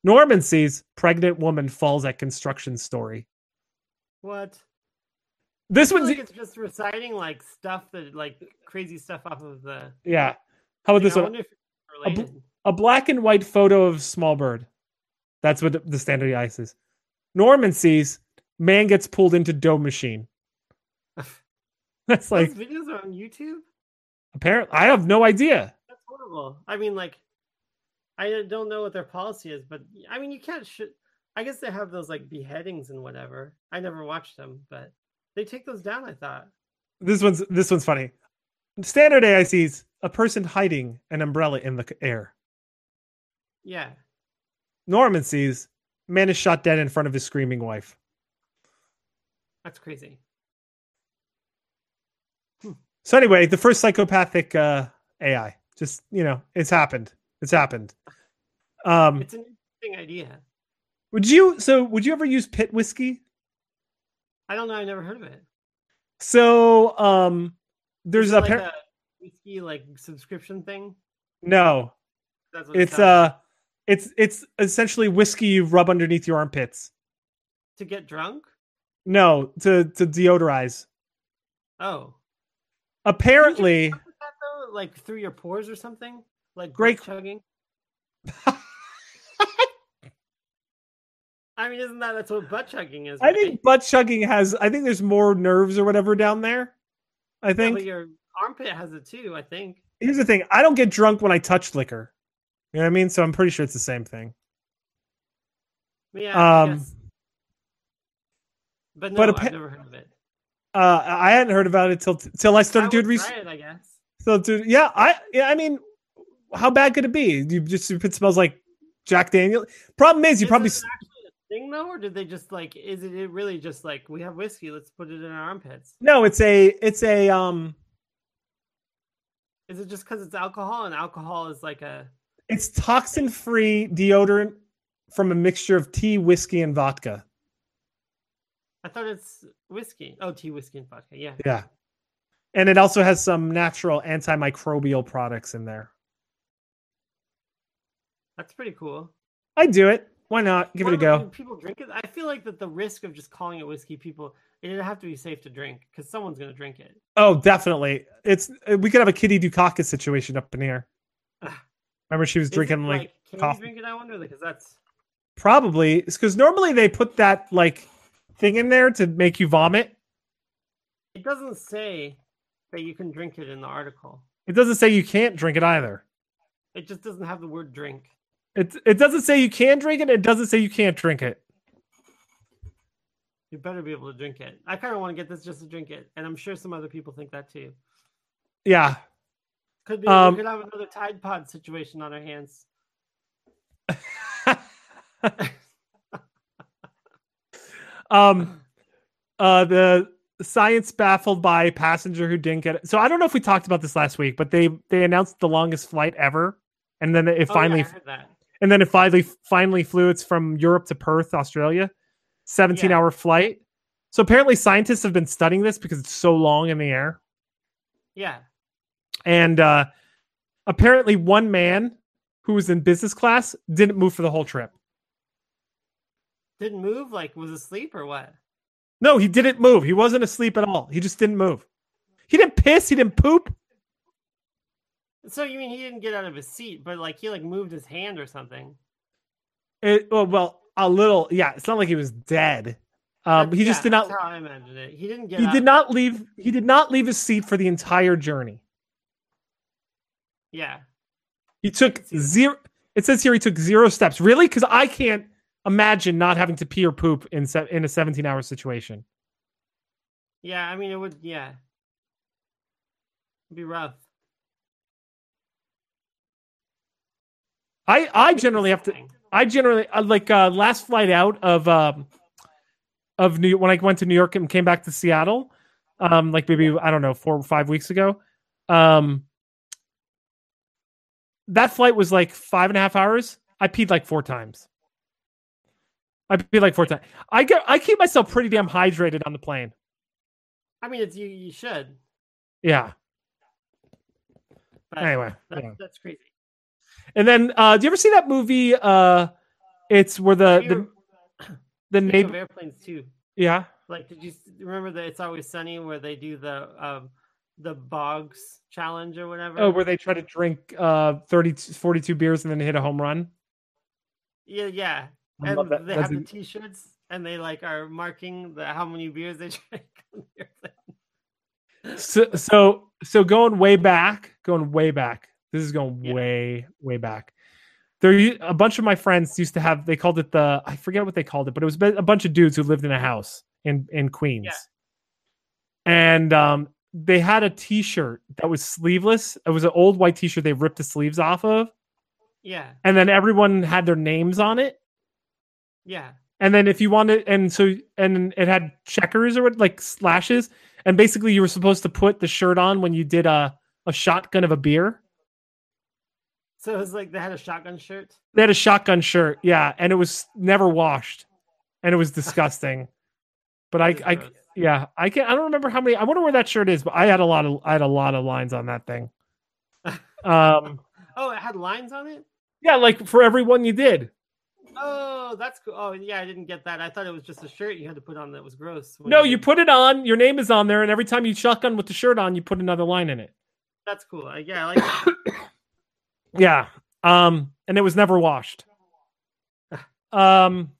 Speaker 1: norman sees pregnant woman falls at construction story
Speaker 2: What?
Speaker 1: this
Speaker 2: I feel
Speaker 1: one's e,
Speaker 2: like it's just reciting like stuff that like crazy stuff off of the.
Speaker 1: yeah how about Oh,
Speaker 2: thing.
Speaker 1: this
Speaker 2: I
Speaker 1: one
Speaker 2: wonder if it's
Speaker 1: A bl-
Speaker 2: related.
Speaker 1: a black and white photo of small bird that's what the standard ai sees norman sees man gets pulled into dough machine that's like
Speaker 2: Those videos are on YouTube.
Speaker 1: apparently i have no idea
Speaker 2: That's horrible. I mean, like, I don't know what their policy is, but I mean, you can't. Sh- I guess they have those like beheadings and whatever. I never watched them, but they take those down. I thought.
Speaker 1: this one's this one's funny. Standard AI sees a person hiding an umbrella in the c- air.
Speaker 2: Yeah.
Speaker 1: Norman sees man is shot dead in front of his screaming wife.
Speaker 2: That's crazy.
Speaker 1: So anyway, the first psychopathic uh, AI. Just you know, it's happened. It's happened. Um,
Speaker 2: It's an interesting idea.
Speaker 1: would you? So would you ever use pit whiskey?
Speaker 2: I don't know. I never heard of it.
Speaker 1: So um, there's
Speaker 2: Is it
Speaker 1: a,
Speaker 2: like
Speaker 1: par-
Speaker 2: a whiskey like subscription thing.
Speaker 1: no.
Speaker 2: That's what
Speaker 1: It's
Speaker 2: sounds-
Speaker 1: uh, it's it's essentially whiskey you rub underneath your armpits.
Speaker 2: to get drunk.
Speaker 1: No, to to deodorize.
Speaker 2: Oh,
Speaker 1: Apparently.
Speaker 2: Is that though? like through your pores or something. Like
Speaker 1: Great-
Speaker 2: grape chugging. I mean, isn't that that's what butt chugging is?
Speaker 1: I
Speaker 2: right?
Speaker 1: think butt chugging has. I think there's more nerves or whatever down there. I
Speaker 2: Yeah,
Speaker 1: think.
Speaker 2: but your armpit has it too. I think.
Speaker 1: Here's the thing: I don't get drunk when I touch liquor. You know what I mean? So I'm pretty sure it's the same thing.
Speaker 2: Yeah. I
Speaker 1: Um,
Speaker 2: guess. But no,
Speaker 1: but appa-
Speaker 2: I've never heard of it.
Speaker 1: Uh, I hadn't heard about it till till I started
Speaker 2: I
Speaker 1: doing
Speaker 2: would
Speaker 1: research.
Speaker 2: try it, I guess.
Speaker 1: So, dude, yeah, I, yeah, I mean, how bad could it be? You just if it smells like Jack Daniel. Problem is, you
Speaker 2: Is
Speaker 1: probably
Speaker 2: this
Speaker 1: s-
Speaker 2: actually a thing though, or did they just like? Is it it really just like we have whiskey? Let's put it in our armpits.
Speaker 1: no. It's a, it's a, um,
Speaker 2: Is it just because it's alcohol and alcohol is like a?
Speaker 1: it's toxin free deodorant from a mixture of tea, whiskey, and vodka.
Speaker 2: I thought it's whiskey. Oh, tea, whiskey, and vodka. Yeah.
Speaker 1: Yeah. And it also has some natural antimicrobial products in there.
Speaker 2: That's pretty cool.
Speaker 1: I do it. Why not? Give it a
Speaker 2: Why don't- do
Speaker 1: go.
Speaker 2: People drink it. I feel like that the risk of just calling it whiskey, people it'd have to be safe to drink because someone's gonna drink it.
Speaker 1: Oh, definitely. It's uh, we could have a Kitty Dukakis situation up in here.
Speaker 2: Ah.
Speaker 1: Remember she was
Speaker 2: Is it,
Speaker 1: drinking like,
Speaker 2: can
Speaker 1: coffee.
Speaker 2: you drink it? I wonder because that's
Speaker 1: probably because normally they put that like thing in there to make you vomit.
Speaker 2: it doesn't say that you can drink it in the article.
Speaker 1: It doesn't say you can't drink it either.
Speaker 2: It just doesn't have the word drink.
Speaker 1: It it doesn't say you can drink it. It doesn't say you can't drink it.
Speaker 2: You better be able to drink it. I kind of want to get this just to drink it, and I'm sure some other people think that too.
Speaker 1: Yeah.
Speaker 2: Could be
Speaker 1: Um,
Speaker 2: we could have another Tide Pod situation on our hands.
Speaker 1: um uh the science baffled by passenger who didn't get it so i don't know if we talked about this last week but they they announced the longest flight ever and then it
Speaker 2: Oh, yeah,
Speaker 1: finally
Speaker 2: I heard that.
Speaker 1: and then it finally finally flew it's from europe to perth australia 17
Speaker 2: Yeah.
Speaker 1: hour flight so apparently scientists have been studying this because it's so long in the air
Speaker 2: Yeah.
Speaker 1: and uh apparently one man who was in business class didn't move for the whole trip
Speaker 2: Didn't move. Like was asleep or what?
Speaker 1: No, he didn't move. He wasn't asleep at all. He just didn't move. He didn't piss. He didn't poop.
Speaker 2: So you mean he didn't get out of his seat, but like he like moved his hand or something?
Speaker 1: It, well, Uh, oh, well, a little. Yeah, it's not like he was dead. Um,
Speaker 2: That's-
Speaker 1: he just
Speaker 2: yeah,
Speaker 1: did not.
Speaker 2: That's how I imagine it. He didn't get.
Speaker 1: He
Speaker 2: up.
Speaker 1: did not leave. He did not leave his seat for the entire journey.
Speaker 2: Yeah.
Speaker 1: He took
Speaker 2: see that.
Speaker 1: zero. It says here he took zero steps. Really? Because I can't imagine not having to pee or poop in se- in a seventeen hour situation.
Speaker 2: Yeah. I mean, it would. Yeah. It'd be rough.
Speaker 1: I I generally have to. I generally I, like uh, last flight out of um of New when I went to New York and came back to Seattle, um like maybe I don't know four or five weeks ago, um that flight was like five and a half hours. I peed like four times. I peed like four times. I get I keep myself pretty damn hydrated on the plane.
Speaker 2: I mean, it's you. You should.
Speaker 1: Yeah.
Speaker 2: But
Speaker 1: anyway.
Speaker 2: that,
Speaker 1: yeah.
Speaker 2: that's crazy.
Speaker 1: And then uh do you ever see that movie uh it's where the
Speaker 2: We
Speaker 1: the,
Speaker 2: were-
Speaker 1: the
Speaker 2: speaking of
Speaker 1: neighbor
Speaker 2: airplanes too.
Speaker 1: yeah.
Speaker 2: Like, did you s- remember that It's Always Sunny where they do the um the bogs challenge or whatever?
Speaker 1: Oh, where they try to drink uh 30 42 beers and then hit a home run.
Speaker 2: yeah, yeah.
Speaker 1: I
Speaker 2: And
Speaker 1: love that.
Speaker 2: they
Speaker 1: That's
Speaker 2: have the
Speaker 1: a-
Speaker 2: T-shirts and they like are marking the how many beers they drink. on the airplane.
Speaker 1: so so so going way back, going way back. This is going
Speaker 2: Yeah.
Speaker 1: way way back. There u- a bunch of my friends used to have they called it the I forget what they called it, but it was ba- a bunch of dudes who lived in a house in in Queens. And um they had a t-shirt that was sleeveless. It was an old white t-shirt they ripped the sleeves off of
Speaker 2: Yeah,
Speaker 1: and then everyone had their names on it.
Speaker 2: yeah.
Speaker 1: And then if you wanted, and so and it had checkers or what, like slashes, and basically you were supposed to put the shirt on when you did a a shotgun of a beer.
Speaker 2: So it was like they had a shotgun shirt.
Speaker 1: They had a shotgun shirt, yeah, and it was never washed, and it was disgusting. But I,
Speaker 2: That is
Speaker 1: I,
Speaker 2: gross.
Speaker 1: yeah, I can't. I don't remember how many. I wonder where that shirt is, but I had a lot of I had a lot of lines on that thing. Um,
Speaker 2: Oh, it had lines on it.
Speaker 1: yeah, like for every one you did.
Speaker 2: Oh, that's cool. Oh, yeah, I didn't get that. I thought it was just a shirt you had to put on that was gross. when
Speaker 1: No, you
Speaker 2: did-
Speaker 1: put it on. Your name is on there, and every time you shotgun with the shirt on, you put another line in it.
Speaker 2: That's cool. I- Yeah, I like that.
Speaker 1: Yeah. Um, and it was never washed. Um,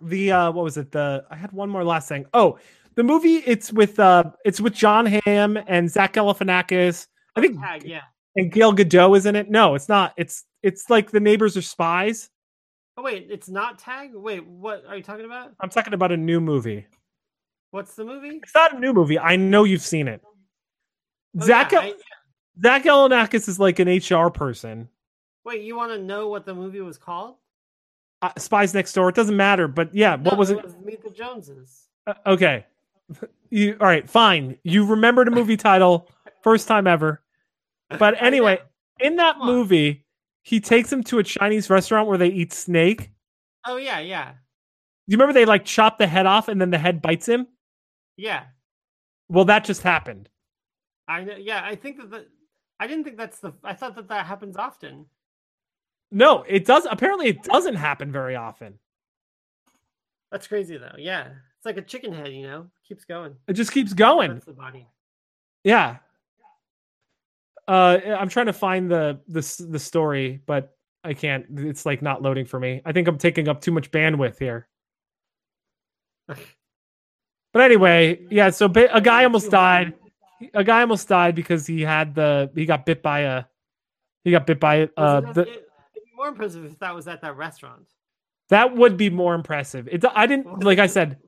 Speaker 1: the uh, what was it? The I had one more last thing. Oh, the movie. It's with uh, it's with John Hamm and Zach Galifianakis. I think
Speaker 2: tag. Yeah.
Speaker 1: and Gail Godot is in it. No, it's not. It's it's like the neighbors are spies.
Speaker 2: Oh wait, it's not tag. Wait, what are you talking about?
Speaker 1: I'm talking about a new movie.
Speaker 2: What's the movie?
Speaker 1: It's not a new movie. I know you've seen it.
Speaker 2: Oh,
Speaker 1: Zach
Speaker 2: yeah, I-
Speaker 1: Zach Galifianakis is like an HR person.
Speaker 2: wait, you want to know what the movie was called?
Speaker 1: Uh, spies next door. It doesn't matter. But yeah, what
Speaker 2: No,
Speaker 1: was it?
Speaker 2: Meet the Joneses.
Speaker 1: Uh, okay. You all right? Fine. You remembered a movie title, first time ever. But
Speaker 2: I know.
Speaker 1: anyway, in that
Speaker 2: Come on.
Speaker 1: movie, he takes him to a Chinese restaurant where they eat snake. Do
Speaker 2: Oh yeah, yeah,
Speaker 1: you remember they like chop the head off and then the head bites him?
Speaker 2: yeah.
Speaker 1: Well, that just happened.
Speaker 2: I know. Yeah, I think that. The, I didn't think that's the. I thought that that happens often.
Speaker 1: No, it does. Apparently, it doesn't happen very often.
Speaker 2: That's crazy though. Yeah, it's like a chicken head. You know, keeps going.
Speaker 1: It just keeps going.
Speaker 2: That's the body.
Speaker 1: Yeah. Uh, I'm trying to find the the s- the story, but I can't. It's like not loading for me. I think I'm taking up too much bandwidth here. But anyway, yeah. So ba- a guy almost died. A guy almost died because he had the he got bit by a he got bit by uh
Speaker 2: Was it at-
Speaker 1: the,
Speaker 2: it- it'd be more impressive if that was at that restaurant
Speaker 1: that would be more impressive. It I didn't like I said.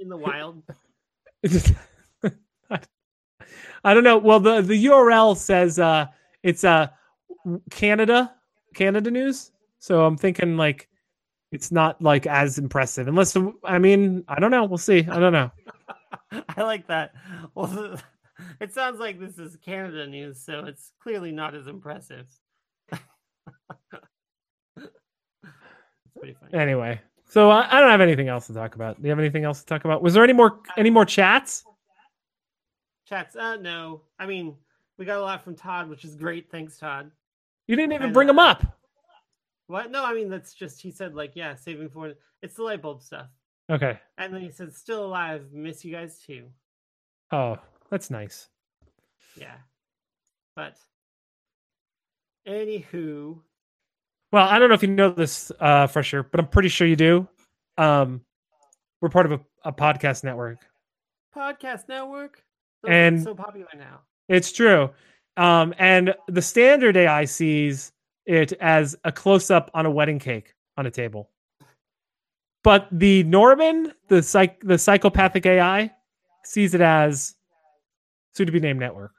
Speaker 2: in the wild.
Speaker 1: it just- I don't know. Well, the the URL says uh it's uh Canada Canada news. So I'm thinking like it's not like as impressive unless I mean I don't know. We'll see. I don't know.
Speaker 2: I like that. Well, it sounds like this is Canada news, so it's clearly not as impressive. it's pretty funny.
Speaker 1: Anyway, so I, I don't have anything else to talk about. Do you have anything else to talk about? Was there any more any more chats?
Speaker 2: Chats, uh, no. I mean, we got a lot from Todd, which is great. Thanks, Todd.
Speaker 1: You didn't even
Speaker 2: And,
Speaker 1: bring them
Speaker 2: uh,
Speaker 1: up.
Speaker 2: What? No, I mean, that's just, he said, like, yeah, saving for it's the light bulb stuff.
Speaker 1: Okay.
Speaker 2: And then he said, still alive, miss you guys too.
Speaker 1: Oh, that's nice.
Speaker 2: Yeah. But, anywho,
Speaker 1: Well, I don't know if you know this, uh, Fresher, but I'm pretty sure you do. Um, we're part of a, a podcast network.
Speaker 2: Podcast Network. Those are
Speaker 1: And-
Speaker 2: so popular now.
Speaker 1: It's true. Um, and the standard AI sees it as a close up on a wedding cake on a table. But the Norman, the psych the psychopathic AI, sees it as soon to be named network.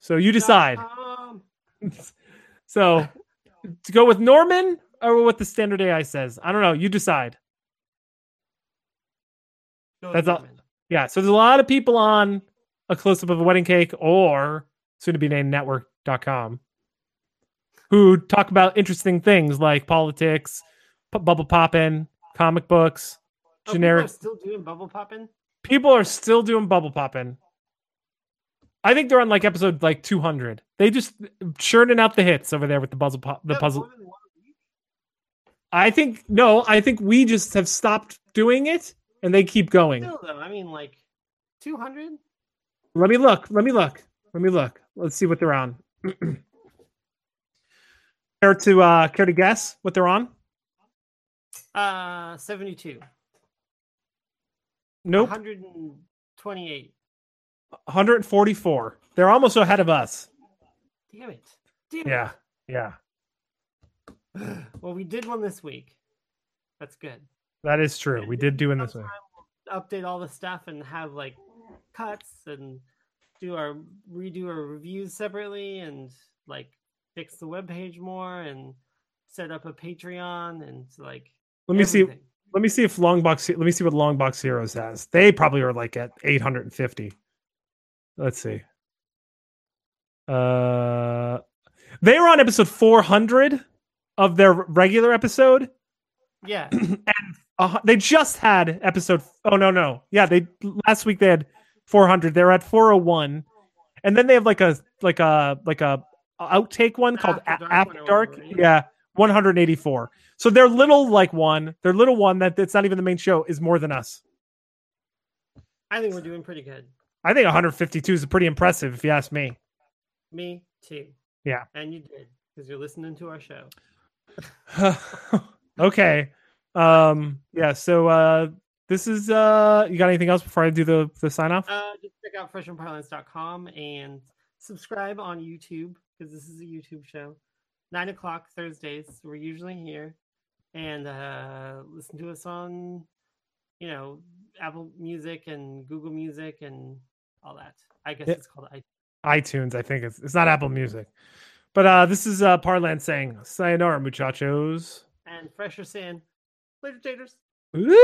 Speaker 1: So you decide.
Speaker 2: Um,
Speaker 1: so to go with Norman or what the standard AI says. I don't know. You decide.
Speaker 2: Go with
Speaker 1: That's all-
Speaker 2: Norman.
Speaker 1: Yeah. So there's a lot of people on a close up of a wedding cake or soon to be named network.com who talk about interesting things like politics, p- bubble popping, comic books.
Speaker 2: Oh, people
Speaker 1: Generic-
Speaker 2: are still doing bubble popping.
Speaker 1: People are still doing bubble popping. I think they're on like episode like 200. They just churning out the hits over there with the puzzle pop, the
Speaker 2: Is that
Speaker 1: puzzle
Speaker 2: more than one a week?
Speaker 1: I think no, I think we just have stopped doing it and they keep going.
Speaker 2: Still though, I mean like two hundred.
Speaker 1: Let me look. Let me look. Let me look. Let's see what they're on. care to uh care to guess what they're on?
Speaker 2: Uh, seventy-two.
Speaker 1: Nope.
Speaker 2: One hundred and twenty-eight.
Speaker 1: 144. They're almost ahead of us.
Speaker 2: Damn it. Damn
Speaker 1: Yeah. Yeah.
Speaker 2: It. Well, we did one this week. That's good.
Speaker 1: That is true. We did do in this way.
Speaker 2: Update all the stuff and have like cuts and do our redo our reviews separately and like fix the web page more and set up a Patreon and like.
Speaker 1: Let me see.
Speaker 2: everything.
Speaker 1: Let me see if Longbox let me see what Longbox Heroes has. They probably are like at 850. Let's see. Uh they were on episode 400 of their regular episode.
Speaker 2: Yeah.
Speaker 1: Uh, they just had episode Oh no, no. Yeah, they last week they had 400. They're at 401. And then they have like a like a like a outtake one called
Speaker 2: After
Speaker 1: After
Speaker 2: Dark
Speaker 1: Dark.
Speaker 2: one or whatever, yeah.
Speaker 1: Yeah, 184. So their little like one, their little one that that's not even the main show is more than us.
Speaker 2: I think we're doing pretty good.
Speaker 1: I think 152 is pretty impressive if you ask me.
Speaker 2: Me too.
Speaker 1: Yeah.
Speaker 2: And you did because you're listening to our show.
Speaker 1: okay. Um yeah, so uh this is uh you got anything else before I do the the sign off?
Speaker 2: Uh, just check out freshandparlance.com and subscribe on YouTube because this is a YouTube show. Nine o'clock Thursdays. We're usually here. And uh, listen to us on, you know, Apple Music and Google Music and all that. I guess
Speaker 1: Yeah.
Speaker 2: it's called iTunes.
Speaker 1: iTunes, I think it's it's not Apple Music. But uh this is uh Parland saying sayonara muchachos.
Speaker 2: And Fresher Sin. Later, taters.
Speaker 1: Woo!